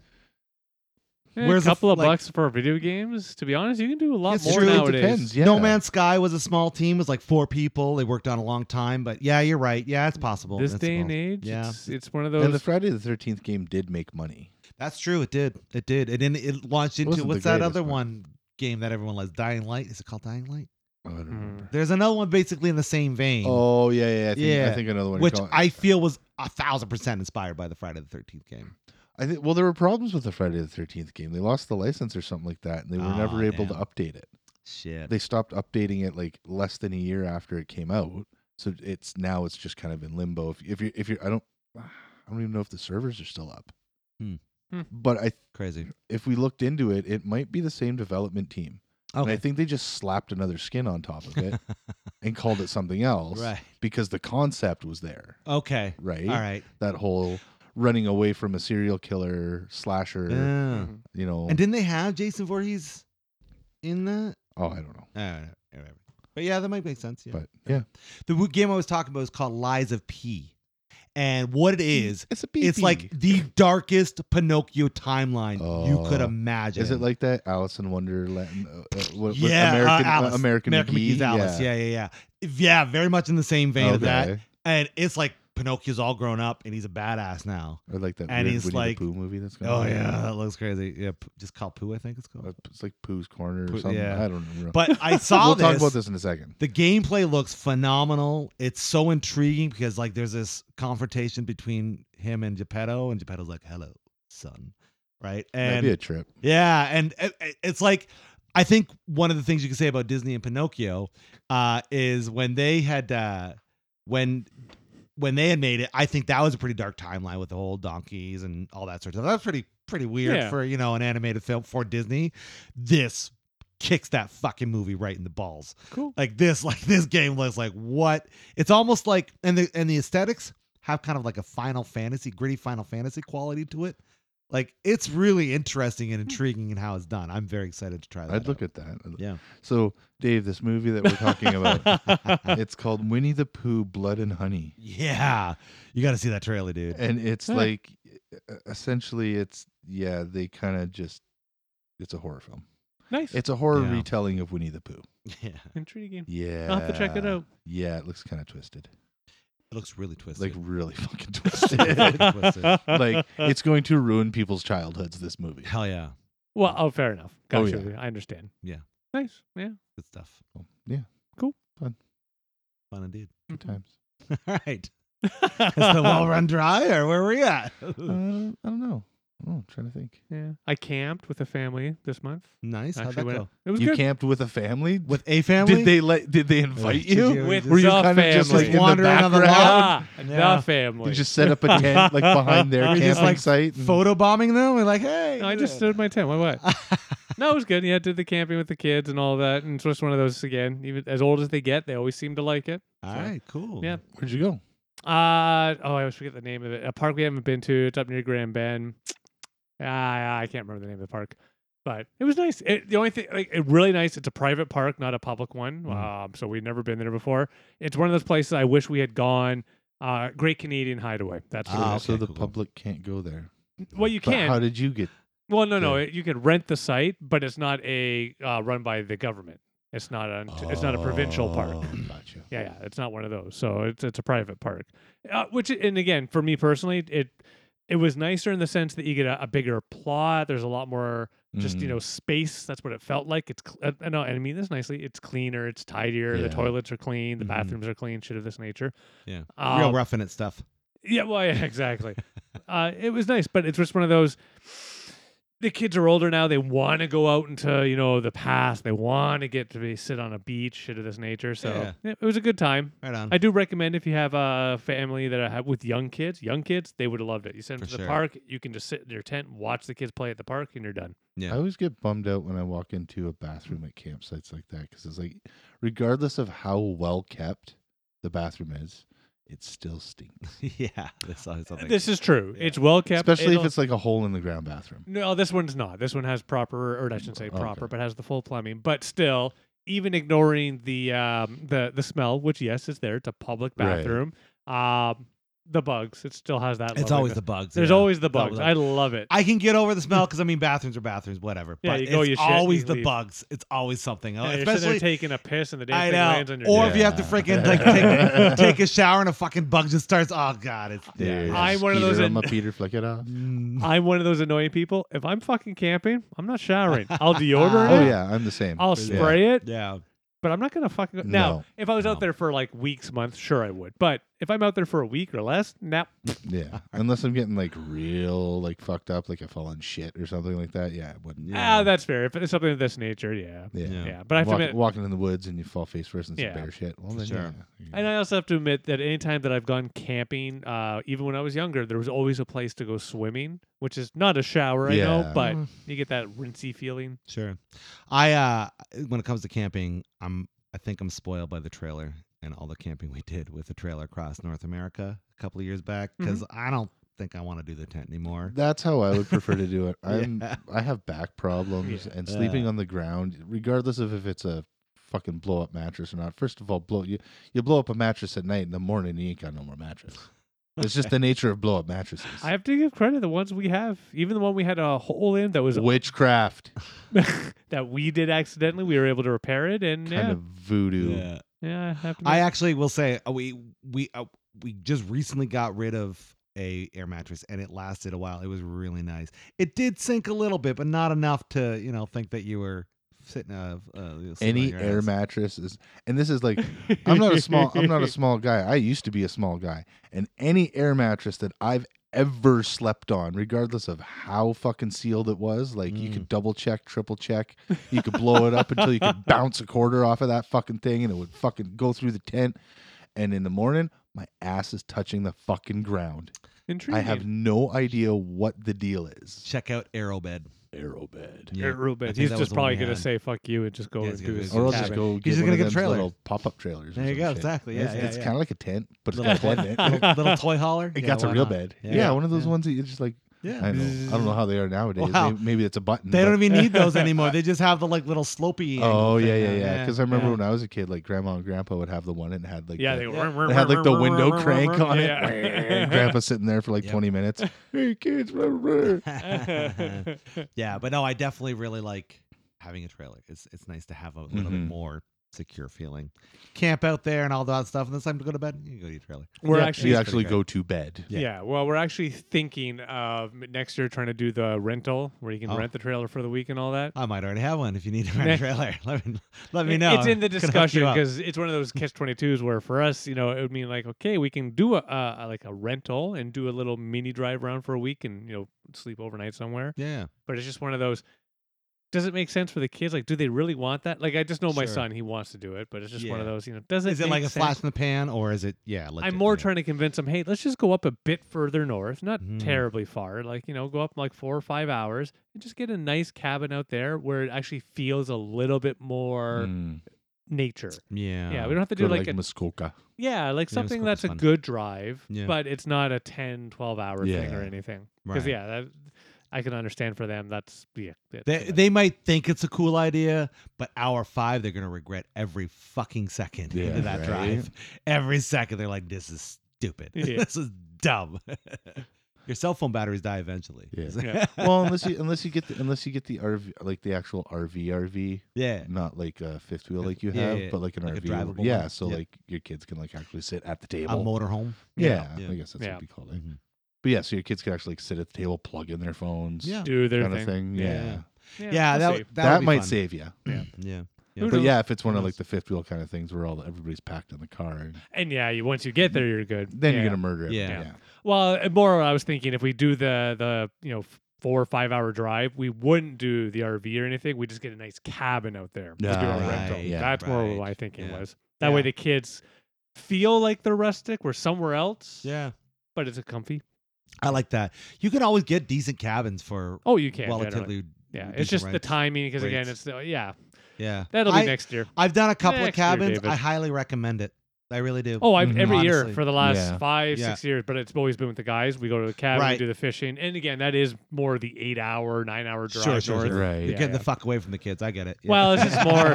Eh, Where's a the couple f- of like- bucks for video games? To be honest, you can do a lot It's more true. It nowadays. depends. Yeah. No Man's Sky was a small team. It was like four people. They worked on it a long time. But yeah, you're right. Yeah, it's possible. This It's day and possible. age, Yeah. it's, it's one of And those. the Friday the Thirteenth game did make money. That's true. It did. It did. And then it launched into Wasn't the what's that greatest, other but- one game that everyone loves? Dying Light. Is it called Dying Light? Oh, I don't Mm. remember. There's another one basically in the same vein, Oh yeah, yeah. I think, Yeah. I think another one. which called- I feel was a thousand percent inspired by the Friday the Thirteenth game. I think. Well, there were problems with the Friday the Thirteenth game. They lost the license or something like that, and they were Ah, never able damn. to update it. Shit. They stopped updating it like less than a year after it came out. So it's now it's just kind of in limbo. If, if you if you I don't I don't even know if the servers are still up. Hmm. Hmm. But I Crazy. if we looked into it, it might be the same development team. And I Okay. think they just slapped another skin on top of it and called it something else right. because the concept was there, Okay. right? All right. That whole running away from a serial killer slasher, Yeah. Mhm. you know. Uh, And didn't they have Jason Voorhees in that? oh, I don't know. I don't know. Whatever. But yeah, that might make sense. Yeah. But yeah. The w- game I was talking about is called Lies of P. And what it is, It's a BB. it's like the darkest Pinocchio timeline you could Oh. imagine. Is it like that Alice in Wonderland? Uh, uh, what, yeah, uh, American, Alice. uh, American, McGee? McGee's Alice. Yeah. yeah, yeah, yeah. very much in the same vein of that. Okay. And it's like Pinocchio's all grown up and he's a badass now. Or like that And weird he's Winnie like- the Pooh movie that's going Oh on. yeah, that looks crazy. Yeah, p- just called Pooh, I think it's Uh, called. It's like Pooh's Corner or Pooh- something. yeah. I don't know. But I saw we'll this. talk about this in a second. The gameplay looks phenomenal. It's so intriguing because like there's this confrontation between him and Geppetto, and Geppetto's like, "Hello, son," right? And Maybe a trip. yeah, and it- it- it's like I think one of the things you can say about Disney and Pinocchio uh, is when they had uh, when when they had made it. I think that was a pretty dark timeline with the whole donkeys and all that sort of stuff. That's pretty pretty weird Yeah. for you know an animated film for Disney. This kicks that fucking movie right in the balls Cool. like this like this game looks like what it's almost like and the and the aesthetics have kind of like a final fantasy gritty final fantasy quality to it Like it's really interesting and intriguing in how it's done. I'm very excited to try that. I'd look out. at that. I'd- Yeah. So, Dave, this movie that we're talking about, it's called Winnie the Pooh: Blood and Honey, yeah, you got to see that trailer, dude. and it's Huh. like, e- essentially, it's yeah, they kind of just, it's a horror film. nice. It's a horror Yeah. retelling of Winnie the Pooh. Yeah, intriguing. Yeah, I'll have to check it out. Yeah, it looks kind of twisted, it looks really twisted. like really fucking Really twisted. twisted. like it's going to ruin people's childhoods. This movie. Hell yeah, well, oh, fair enough. Oh, Gotcha. yeah. I understand. Yeah. Nice. Yeah. good stuff. Well, yeah, Fun indeed. good Mm-hmm. times. All right, is the well run dry or where we at? I don't, I don't know. I don't know. I'm trying to think. Yeah. I camped with a family this month. nice. How'd that Actually, went- go? it was you good. camped with a family? With a family? Did they let? Did they invite did you? you- with Were you the family. kinda just, like, in the wandering on the background? Ah, Yeah. the family. You just set up a tent like behind their Were you camping just, like, site. and- photo bombing them? We're like, hey, No, I look just at stood my tent. Why what? that. No, it was good. Yeah, did the camping with the kids and all that, and it's just one of those again. Even as old as they get, they always seem to like it. All So- right, cool. Yeah. Where'd you go? Uh oh, I always forget the name of it. A park we haven't been to. It's up near Grand Bend. Ah, I can't remember the name of the park, but it was nice. It, the only thing, like, it really nice. It's a private park, not a public one. Mm. Um, so we'd never been there before. It's one of those places I wish we had gone. Uh, Great Canadian Hideaway. That's what it Ah, is. so okay, the cool, cool. public can't go there. well, you But can. how did you get? Well, no, no. Yeah. It, you could rent the site, but it's not a uh, run by the government. It's not a it's not a provincial park. Oh, Gotcha. Yeah, yeah. It's not one of those. So it's it's a private park. Uh, which and again, for me personally, it it was nicer in the sense that you get a, a bigger plot. There's a lot more just you Mhm. know space. That's what it felt like. It's cl- uh, no, and I mean this nicely. It's cleaner. It's tidier. The Yeah. toilets are clean. The Mhm. bathrooms are clean. Shit of this nature. Yeah. Real Um, roughing it stuff. yeah, well, yeah, exactly. uh, it was nice, but it's just one of those. The kids are older now. They want to go out into you know the past. They want to get to be sit on a beach, shit of this nature. So Yeah. yeah, it was a good time. Right on. I do recommend if you have a family that have with young kids, young kids, they would have loved it. You send them For to the sure. park. You can just sit in your tent, watch the kids play at the park, and you're done. Yeah. I always get bummed out when I walk into a bathroom at campsites like that because it's like, regardless of how well kept the bathroom is, it still stinks. yeah. That's always something. This is true. Yeah. It's well kept, Especially if It'll- it's like a hole in the ground bathroom. No, this one's not. This one has proper, or I shouldn't say Oh, Okay. proper, but has the full plumbing. But still, even ignoring the um, the the smell, which yes is there, it's a public Right. bathroom. Um, the bugs, it still has that. it's always loveliness. the bugs. There's yeah. always the It's always bugs. the- I love it. I can get over the smell because I mean bathrooms are bathrooms, whatever. Yeah, but you go, it's you shit, always you the leave. bugs. It's always something. Yeah, you're sitting there Especially taking a piss and the damn I thing lands know. on your. Or dick. if you have to Yeah. freaking like take, take a shower and a fucking bug just starts. Oh god, it's There's yeah. I'm one of Peter, those I'm a Peter Flick it off. Mm. I'm one of those annoying people. If I'm fucking camping, I'm not showering. I'll deodorant. Oh it, yeah, I'm the same. I'll Yeah. spray it. yeah. But I'm not gonna fucking go. now. No. if I was out No. there for like weeks, months, sure I would. But if I'm out there for a week or less, nah. ah, Yeah, unless I'm getting like real like fucked up, like I fall on shit or something like that. Yeah, it wouldn't. Ah, that's fair. If it's something of this nature, yeah, yeah. Yeah. yeah. But I have Walk- to admit, walking in the woods and you fall face first into Yeah. bear shit. Well, then, Sure. yeah. you and I also have to admit that anytime that I've gone camping, uh, even when I was younger, there was always a place to go swimming, which is not a shower, I know, Yeah. but Mm. you get that rinsy feeling. Sure. I uh when it comes to camping, I'm I think I'm spoiled by the trailer and all the camping we did with the trailer across North America a couple of years back Mm-hmm. because I don't think I want to do the tent anymore. That's how I would prefer to do it. I'm Yeah. I have back problems Yeah. and sleeping Yeah. on the ground, regardless of if it's a fucking blow up mattress or not. First of all, blow you you blow up a mattress at night in the morning, you ain't got no more mattress. It's just the nature of blow up mattresses. I have to give credit to the ones we have, even the one we had a hole in that was Witchcraft, that we did accidentally. We were able to repair it, and kind yeah, of voodoo. yeah, I have to. I admit- actually will say uh, we we uh, we just recently got rid of a air mattress and it lasted a while. It was really nice. It did sink a little bit, but not enough to you know think that you were sitting. Uh, uh, sitting on Any your air ass. mattress is, and this is like I'm not a small I'm not a small guy. I used to be a small guy. And any air mattress that I've ever slept on, regardless of how fucking sealed it was, like you could double check, triple check, you could blow it up until you could bounce a quarter off of that fucking thing and it would fucking go through the tent. And in the morning, my ass is touching the fucking ground. Intriguing. I have no idea what the deal is. Check out Aerobed. Aerobed. Yeah. I Rubin. think He's that was just the one probably we gonna had. say "fuck you" and just go Yeah, and he's do gonna his do Or I'll some cabin. just go get just one gonna of get a them trailer. little pop-up trailers. or There you some go. shit. Exactly. Yeah, It's, yeah, yeah. kind of like a tent, but it's Little- a toilet. little, little toy hauler. It Yeah, got a why real not? bed. Yeah. Yeah, one of those Yeah. ones that you just like Yeah. I, know. I don't know how they are nowadays. Wow. Maybe, maybe it's a button. They but- don't even need those anymore. They just have the like little slopey. angle Oh yeah, thing yeah, now. yeah. Because I remember yeah. when I was a kid, like grandma and grandpa would have the one and it had like yeah, the, they, Yeah. it had like the window crank on Yeah. it. and grandpa's sitting there for like Yep. 20 minutes. Hey kids, blah, blah, blah. yeah. yeah, but no, I definitely really like having a trailer. It's it's nice to have a little bit Mhm. more secure feeling. Camp out there and all that stuff, and it's time to go to bed. You go to your trailer. We're Yeah, actually you it's actually pretty go to bed. Yeah. Yeah. well, we're actually thinking of m- next year trying to do the rental where you can Oh. rent the trailer for the week and all that. I might already have one if you need to rent a Nah. trailer. Let me let me It- know. It's in the Can hook you discussion up. because it's one of those catch 22s where for us, you know, it would mean like, okay, we can do a, a a- like a rental and do a little mini drive around for a week and, you know, sleep overnight somewhere. yeah, But it's just one of those. Does it make sense for the kids? Like, do they really want that? Like, I just know my Sure. son, he wants to do it, but it's just one of Yeah. those, you know, does it is it make like a sense? flash in the pan or is it yeah? legit, I'm more yeah. trying to convince them, hey, let's just go up a bit further north, not Mm. terribly far. Like, you know, go up like four or five hours and just get a nice cabin out there where it actually feels a little bit more Mm. nature. Yeah, yeah, we don't have to Go do to, like, a, like Muskoka. yeah, like Yeah, something Muskoka's that's a fun. good drive, Yeah. but it's not a 10, 12 hour thing or Yeah. anything. right. Because, yeah, that, I can understand for them. That's, yeah. it's They, like- they might think it's a cool idea, but hour five, they're going to regret every fucking second Yeah, into that right. drive. Every second, they're like, this is stupid. Yeah. this is dumb. Your cell phone batteries die eventually. Yeah. Yeah. well, unless you unless you get the, unless you get the RV like the actual RV RV, yeah. not like a fifth wheel like you Yeah, have, yeah, yeah. but like an Like a RV. drivable yeah, one. so Yeah. like your kids can like actually sit at the A table. motorhome. yeah, Yeah. I guess that's Yeah. Mm-hmm. what we call it. Mhm. But yeah, so your kids can actually like sit at the table, plug in their phones, Yeah. do their kind thing. of thing. Yeah, Yeah, yeah. Yeah, we'll that, see. that, that, would be might fun. save you. Yeah. yeah. Who But knows? yeah, if it's one Who of knows? like the fifth wheel kind of things where all everybody's packed in the car, and And yeah, you once you get there, you're good. then Yeah. you're gonna murder it. Yeah. Well, uh, more I was thinking if we do the the you know f- four or five hour drive, we wouldn't do the RV or anything. We just get a nice cabin out there. We do Ah, our rental. right, yeah, That's more what right, my thinking yeah. was. That way Yeah. the kids feel like they're rustic. We're somewhere else. Yeah. But it's a comfy. I like that. You can always get decent cabins for Oh, you can. generally. relatively. Yeah. decent It's just the rents. timing because again, rates. it's the, yeah. Yeah. That'll be I- Mm-hmm. next year. I've done a couple of Next year, cabins. David. I highly recommend it. I really do. Oh, I've Mhm. every year Honestly. for the last Yeah. five, Yeah. six years, but it's always been with the guys. We go to the cabin, Right. we do the fishing, and again, that is more the eight-hour, nine-hour drive Sure, sure, north. sure. right. You're Yeah, getting yeah. the fuck away from the kids. I get it. Yeah. Well, it's just more.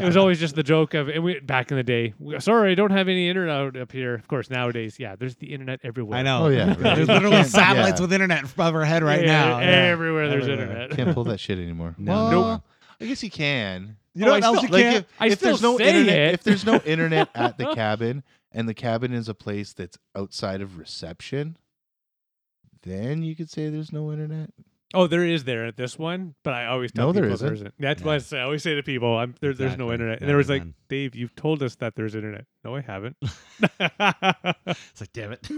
it was always just the joke of, and we back in the day. We, Sorry, I don't have any internet out up here. Of course, nowadays, yeah, there's the internet everywhere. I know. Oh, yeah, right. There's You literally can't- satellites yeah. with internet above our head right Yeah, now. yeah. Everywhere there's Everywhere. internet. Can't pull that shit anymore. No. Well, Nope. I guess you can. You know Oh, I what else still- you Like can't? if, I if there's still no say internet, it. if there's no internet at the cabin, and the cabin is a place that's outside of reception, then you could say there's no internet. oh, there is there at this one, but I always tell No, there people isn't. That's No. why I, say, I always say to people, I'm, there, there's no Exactly. internet. And Yeah, there was like, man. Dave, you've told us that there's internet. No, I haven't. It's like, damn it.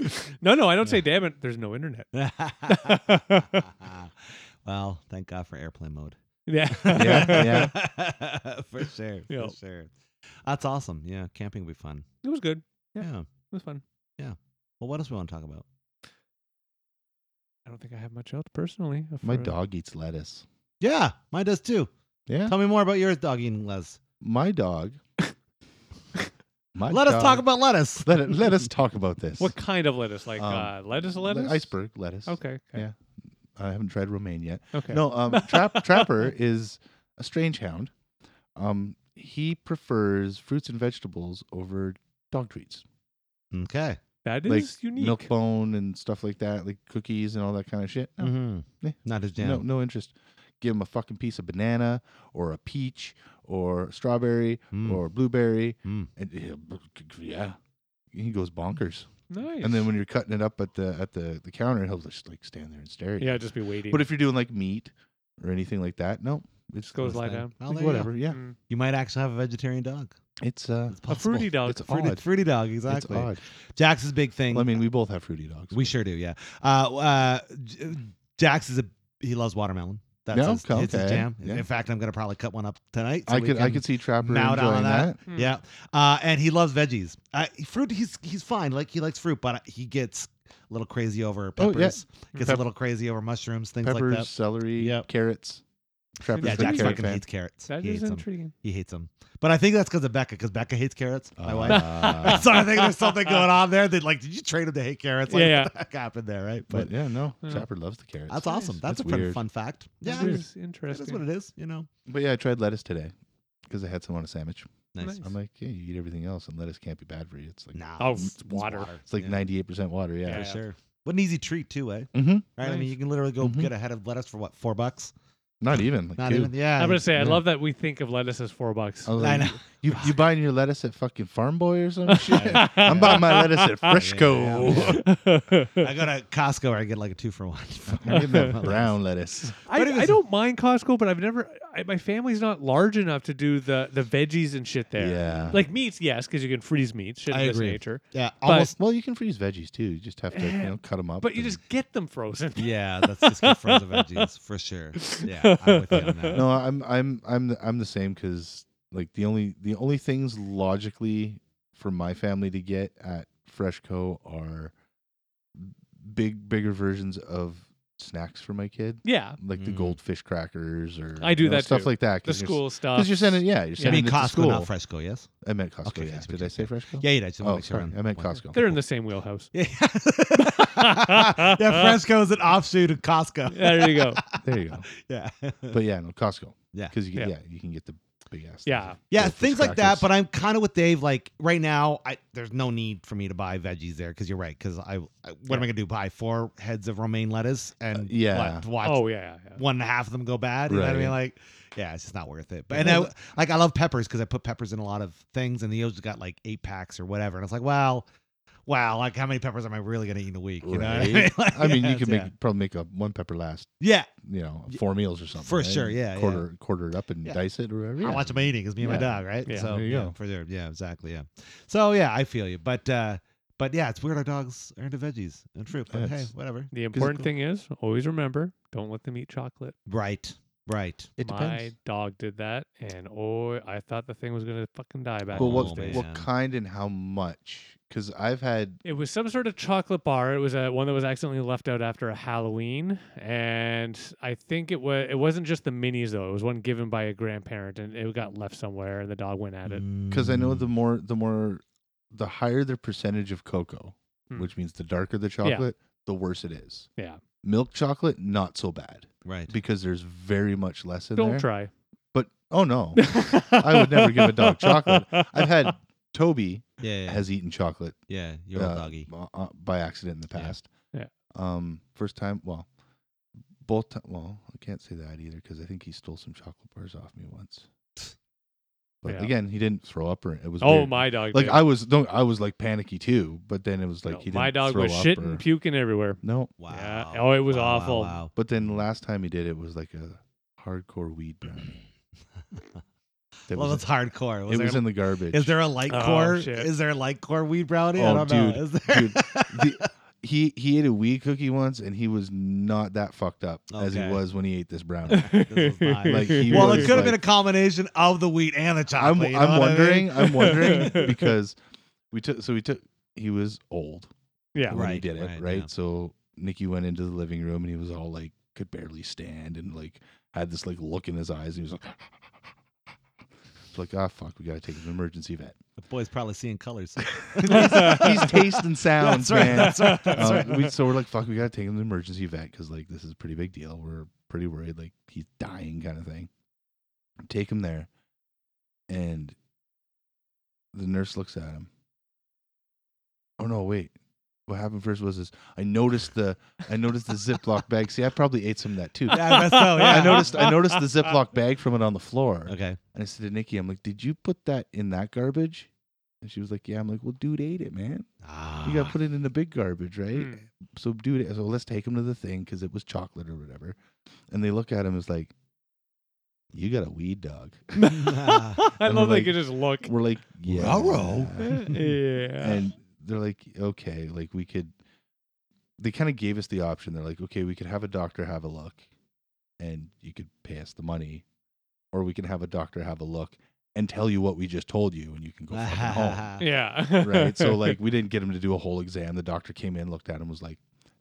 no, no, I don't say. Damn it, there's no internet. well, thank God for airplane mode. yeah. Yeah, for sure. For Yeah. sure. That's awesome. Yeah, camping would be fun. It was good. Yeah. Yeah. It was fun. Well, what else we want to talk about? I don't think I have much else personally. My for- dog eats lettuce. Yeah, mine does too. Yeah, Tell me more about yours, doggy and Les. my dog. my Let us dog- talk about lettuce. Let, it, let us talk about this. What kind of lettuce? Like Um, uh, lettuce, Le- lettuce, Iceberg lettuce. Okay. okay. Yeah. I haven't tried romaine yet. Okay. No, um, Trap, Trapper is a strange hound. Um, he prefers fruits and vegetables over dog treats. Okay. that is like unique. milk bone and stuff like that, like cookies and all that kind of shit. No, Mm-hmm. Yeah. Not his no, jam. no interest. Give him a fucking piece of banana or a peach or strawberry Mm. or blueberry, Mm. and he'll- yeah, he goes bonkers. Nice. And then when you're cutting it up at the at the, the counter, he'll just like stand there and stare at you. yeah, just be waiting. But if you're doing like meat or anything like that, no, it just Just goes goes lie Fine. down. Well, there like, you go. whatever. Yeah, Mm. You might actually have a vegetarian dog. it's uh, It's A possible. fruity dog. it's Fruity, odd. fruity dog, It's exactly. odd. Jax's big thing. Well, I mean, we both have fruity dogs. we sure do, yeah. Uh, uh, J- Jax is a he loves watermelon. That's No? his, it's his Okay. jam. Yeah. In fact, I'm gonna probably cut one up tonight. so I we could I can- could see Trapper mount on enjoying that. that. Mm. Yeah, uh, and he loves veggies. Uh, fruit, he's he's fine. Like he likes fruit, but he gets a little crazy over Oh, yeah. peppers. Gets a Pep- little crazy over mushrooms, things Peppers, like that. celery, Yep. carrots. Trapper's Yeah, It's Big Jack intriguing. Carrot fucking fan. hates carrots. That he is hates them. intriguing. He hates them. But I think that's because of Becca, because Becca hates carrots. my wife. Uh, so I think there's something going on there that like, did you train him to hate carrots? Like, Yeah, what the heck happened there, right? But but yeah, no, Yeah. Trapper loves the carrots. that's nice. awesome. That's, That's a fun, weird. fun fact. Yeah, That I mean, is that's what interesting. it is. You know, But yeah, I tried lettuce today because I had some on a sandwich. nice. Nice. I'm like, yeah, you eat everything else, and lettuce can't be bad for you. It's like Nah, Oh, it's it's water. it's like yeah. 98% water. for Yeah. Yeah. sure. What an easy treat too, eh? Mm-hmm. Right? I mean, Nice. you can literally go Mhm. get a head of lettuce for what four bucks? Not even. Like Not two. even. Yeah, I'm gonna say I Yeah. Oh. love that we think of lettuce as four bucks. I, was I like, know. You you buying your lettuce at fucking Farm Boy or some shit? Yeah. I'm buying my lettuce at Frisco. Yeah, I go to Costco where I get like a two for one. I'm getting that brown lettuce. I, But it I was- don't mind Costco, but I've never. I, my family's not large enough to do the the veggies and shit there. Yeah. Like meats, yes, because you can freeze meats, shit of I this agree. nature. Yeah, But- almost. well, you can freeze veggies too. You just have to you know cut them up. But you and- just get them frozen. yeah, that's just good frozen veggies for sure. Yeah, I'm with you on that. no. I'm I'm I'm the, I'm the same because like the only the only things logically for my family to get at Freshco are big bigger versions of snacks for my kid, Yeah, like the Mm. goldfish crackers or I do you know, that stuff too. like that. the school stuff. Because you're sending, yeah, you're I sending mean it to Costco, school. not Fresco. Yes. I meant Costco. Okay, yes. yes, we Did I can say say- Fresco? Yeah, you did. I just want to Oh, make sure. sorry. I'm I meant pointing. Costco. They're in the same wheelhouse. Yeah. yeah, Fresco is an offshoot of Costco. There you go. There you go. Yeah. But yeah, no Costco. Yeah. Because you get, yeah. Yeah. you can get the big ass. Yeah. yeah, things like that. But I'm kind of with Dave. Like right now, I there's no need for me to buy veggies there because you're right. Because I, I- what am I gonna do? Buy four heads of romaine lettuce and Uh, yeah. what, watch Oh yeah. yeah. one and a half of them go bad. You know what I Right. mean? Like, yeah, it's just not worth it. But Yeah, and well, I like I love peppers because I put peppers in a lot of things, and the O's got like eight packs or whatever. And it's like, well, wow, like how many peppers am I really gonna eat in a week? You know? What I mean, Right. I mean, you Yes, can make yeah. probably make a one pepper last, yeah. you know, Y- four meals or something. For right? sure, yeah, yeah. Quarter quarter it up and Yeah. dice it or whatever. How yeah. much am I eating? It's me and Yeah. my dog, right? Yeah. so There you yeah, go. for sure. Yeah, exactly. Yeah. So yeah, I feel you. But uh but yeah, it's weird our dogs are into veggies and fruit. But hey, That's- whatever. The important cool. thing is always remember don't let them eat chocolate. Right. Right. It My depends. dog did that, and oh, I thought the thing was gonna fucking die back. But in what- those what days. man. what kind and how much? Because I've had It was some sort of chocolate bar. It was a one that was accidentally left out after a Halloween, and I think it was. It wasn't just the minis though. It was one given by a grandparent, and it got left somewhere, and the dog went at it. because I know Mm. the more the more the higher the percentage of cocoa, Hmm. which means the darker the chocolate, the worse it is. Yeah, Milk chocolate, not so bad Right. because there's very much less in don't there. try. But oh no, I would never give a dog chocolate. I've had Toby Yeah. Yeah. has eaten chocolate yeah your old uh, doggy. uh, uh, by accident in the Yeah. past. Yeah. Um, first time, well, both time. Well, I can't say that either because I think he stole some chocolate bars off me once. But Yeah. again, he didn't throw up or it was. oh weird. my dog! Like did. I was, don't I was like panicky too. But then it was like No, he didn't. my dog throw was up shitting, or- puking everywhere. no, Wow. Yeah. Oh, it was Wow, wow, awful. wow. but then the last time he did, it was like a hardcore weed brownie. That well, was that's hardcore. Was it there, was in the garbage. is there a light Oh, core? shit. Is there a light core weed brownie? I Oh, don't know. dude, Is there? dude, the, he he ate a weed cookie once, and he was not that fucked up as he Okay. was when he ate this brownie. This was mine. Like, he well, it was could have been a like- combination of the wheat and the I'm chocolate. you know I'm what I mean? wondering I'm wondering because we took so we took he was old yeah. when he Right, did it right, right, yeah. so Nikki went into the living room and he was all like could barely stand and like had this like look in his eyes and he was like. It's like ah fuck, we gotta take him to emergency vet. The boy's probably seeing colors. He's tasting sounds, That's right, man. that's right, that's Uh, right. we, so we're like, fuck, we gotta take him to emergency vet because like this is a pretty big deal. We're pretty worried, like he's dying, kind of thing. Take him there, and the nurse looks at him. Oh no, wait. What happened first was this. I noticed the I noticed the Ziploc bag. See, I probably ate some of that too. Yeah, I guess so. Yeah, I noticed I noticed the Ziploc bag from it on the floor. Okay. And I said to Nikki, I'm like, did you put that in that garbage? And she was like, yeah. I'm like, well, dude ate it, man. Ah. You got to put it in the big garbage, right? Mm. So dude, so let's take him to the thing because it was chocolate or whatever. And they look at him as like, you got a weed dog. Nah. I And love we're they could just look. We're like, yeah. Ruh-roh. yeah. and they're like, okay, like we could. They kind of gave us the option. They're like, okay, we could have a doctor have a look, and you could pay us the money, or we can have a doctor have a look and tell you what we just told you, and you can go Oh. fucking home. Yeah. right? So like we didn't get him to do a whole exam. The doctor came in, looked at him, was like,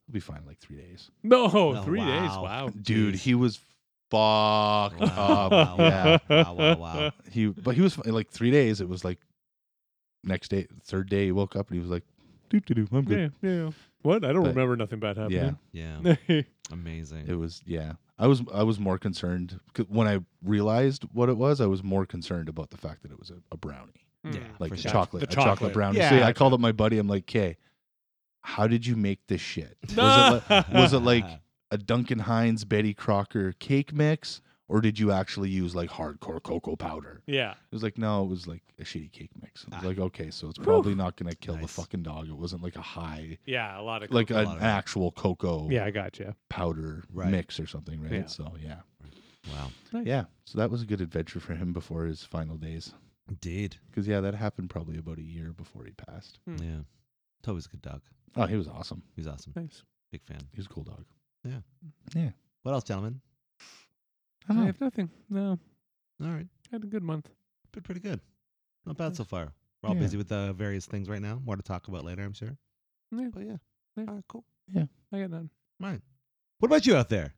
"He'll be fine in like three days." no, No, three days. wow. Wow. Dude, Jeez. he was Wow, fucked up. wow, yeah. wow, wow, wow, wow. He but he was in like three days. It was like next day, third day, he woke up and he was like, doo doo doo, I'm Yeah, good. yeah. What? I don't But- remember nothing bad yeah. happening. Yeah, amazing. It was yeah. I was I was more concerned 'cause when I realized what it was. I was more concerned about the fact that it was a, a brownie, Mm. Yeah. like For a sure. chocolate, The a chocolate, chocolate. brownie. Yeah, so I gotcha. called up my buddy. I'm like, "Hey, how did you make this shit? Was it, like, was it like a Duncan Hines Betty Crocker cake mix, or did you actually use like hardcore cocoa powder?" Yeah. It was like, "No, it was like a shitty cake mix." I was Ah. like, "Okay, so it's Whew. probably not gonna kill the Nice. fucking dog. It wasn't like a high, Yeah. A lot of like uh, cocoa. an powder. actual cocoa yeah, I gotcha. powder Right. mix or something, right?" Yeah. So yeah. wow, Yeah, so that was a good adventure for him before his final days. indeed. Because yeah, that happened probably about a year before he passed. Hmm. Yeah, Toby's a good dog. Oh, he was awesome. He's awesome. Nice. Big fan. He was a cool dog. What else, gentlemen? I I don't know. have nothing. No, All right, I had a good month. been pretty good. Not bad Nice. so far. We're all Yeah. busy with uh, various things right now. More to talk about later, I'm sure. Yeah. But yeah, Yeah. all right, cool. I got none. Mine. What about you out there?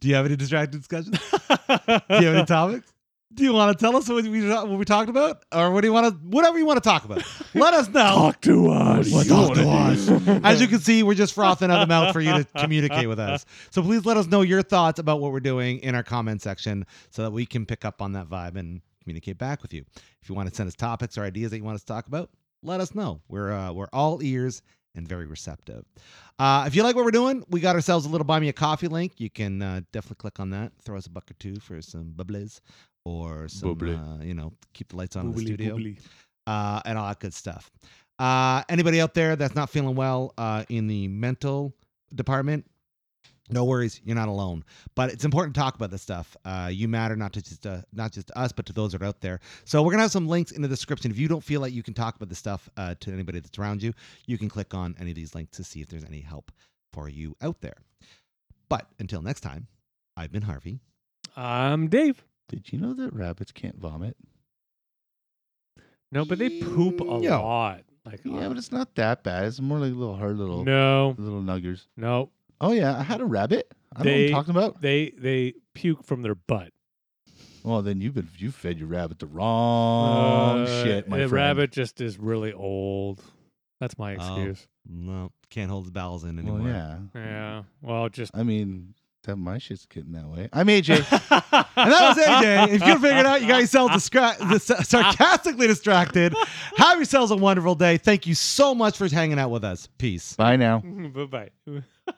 Do you have any distracted discussions? Do do you have any topics? Do you want to tell us what we what we talked about, or what do you want to whatever you want to talk about? Let us know. to us. What do you Talk wanna to us. As you can see, we're just frothing at the mouth for you to communicate with us. So please let us know your thoughts about what we're doing in our comment section, so that we can pick up on that vibe and communicate back with you. If you want to send us topics or ideas that you want us to talk about, let us know. We're uh, we're all ears and very receptive. Uh, if you like what we're doing, we got ourselves a little buy me a coffee link. You can uh, definitely click on that. Throw us a buck or two for some bubbles or some Bubbly. uh, you know keep the lights on in the studio uh, and all that good stuff. Uh, anybody out there that's not feeling well uh, in the mental department, no worries, you're not alone. But it's important to talk about this stuff. Uh, you matter not to just uh, not just to us, but to those that are out there. So we're gonna have some links in the description. If you don't feel like you can talk about this stuff uh, to anybody that's around you, you can click on any of these links to see if there's any help for you out there. But until next time, I've been Harvey. I'm Dave. Did you know that rabbits can't vomit? No, but they poop a Yeah. lot. Like Yeah, uh, but it's not that bad. It's more like little hard little no, little nuggers. no, Oh yeah, I had a rabbit. I They- know what I'm talking about. they they puke from their butt. Well, then you've been you fed your rabbit the wrong Uh, Oh, shit, my the friend. rabbit just is really old. That's my Oh. excuse. No, can't hold the bowels in anymore. Well, yeah. Yeah. Well, just. I mean, that my shit's getting that way. I'm AJ. And that was AJ. If you can figure it out, you got yourself distra- dis- sarcastically distracted. Have yourselves a wonderful day. Thank you so much for hanging out with us. Peace. Bye now. Bye bye.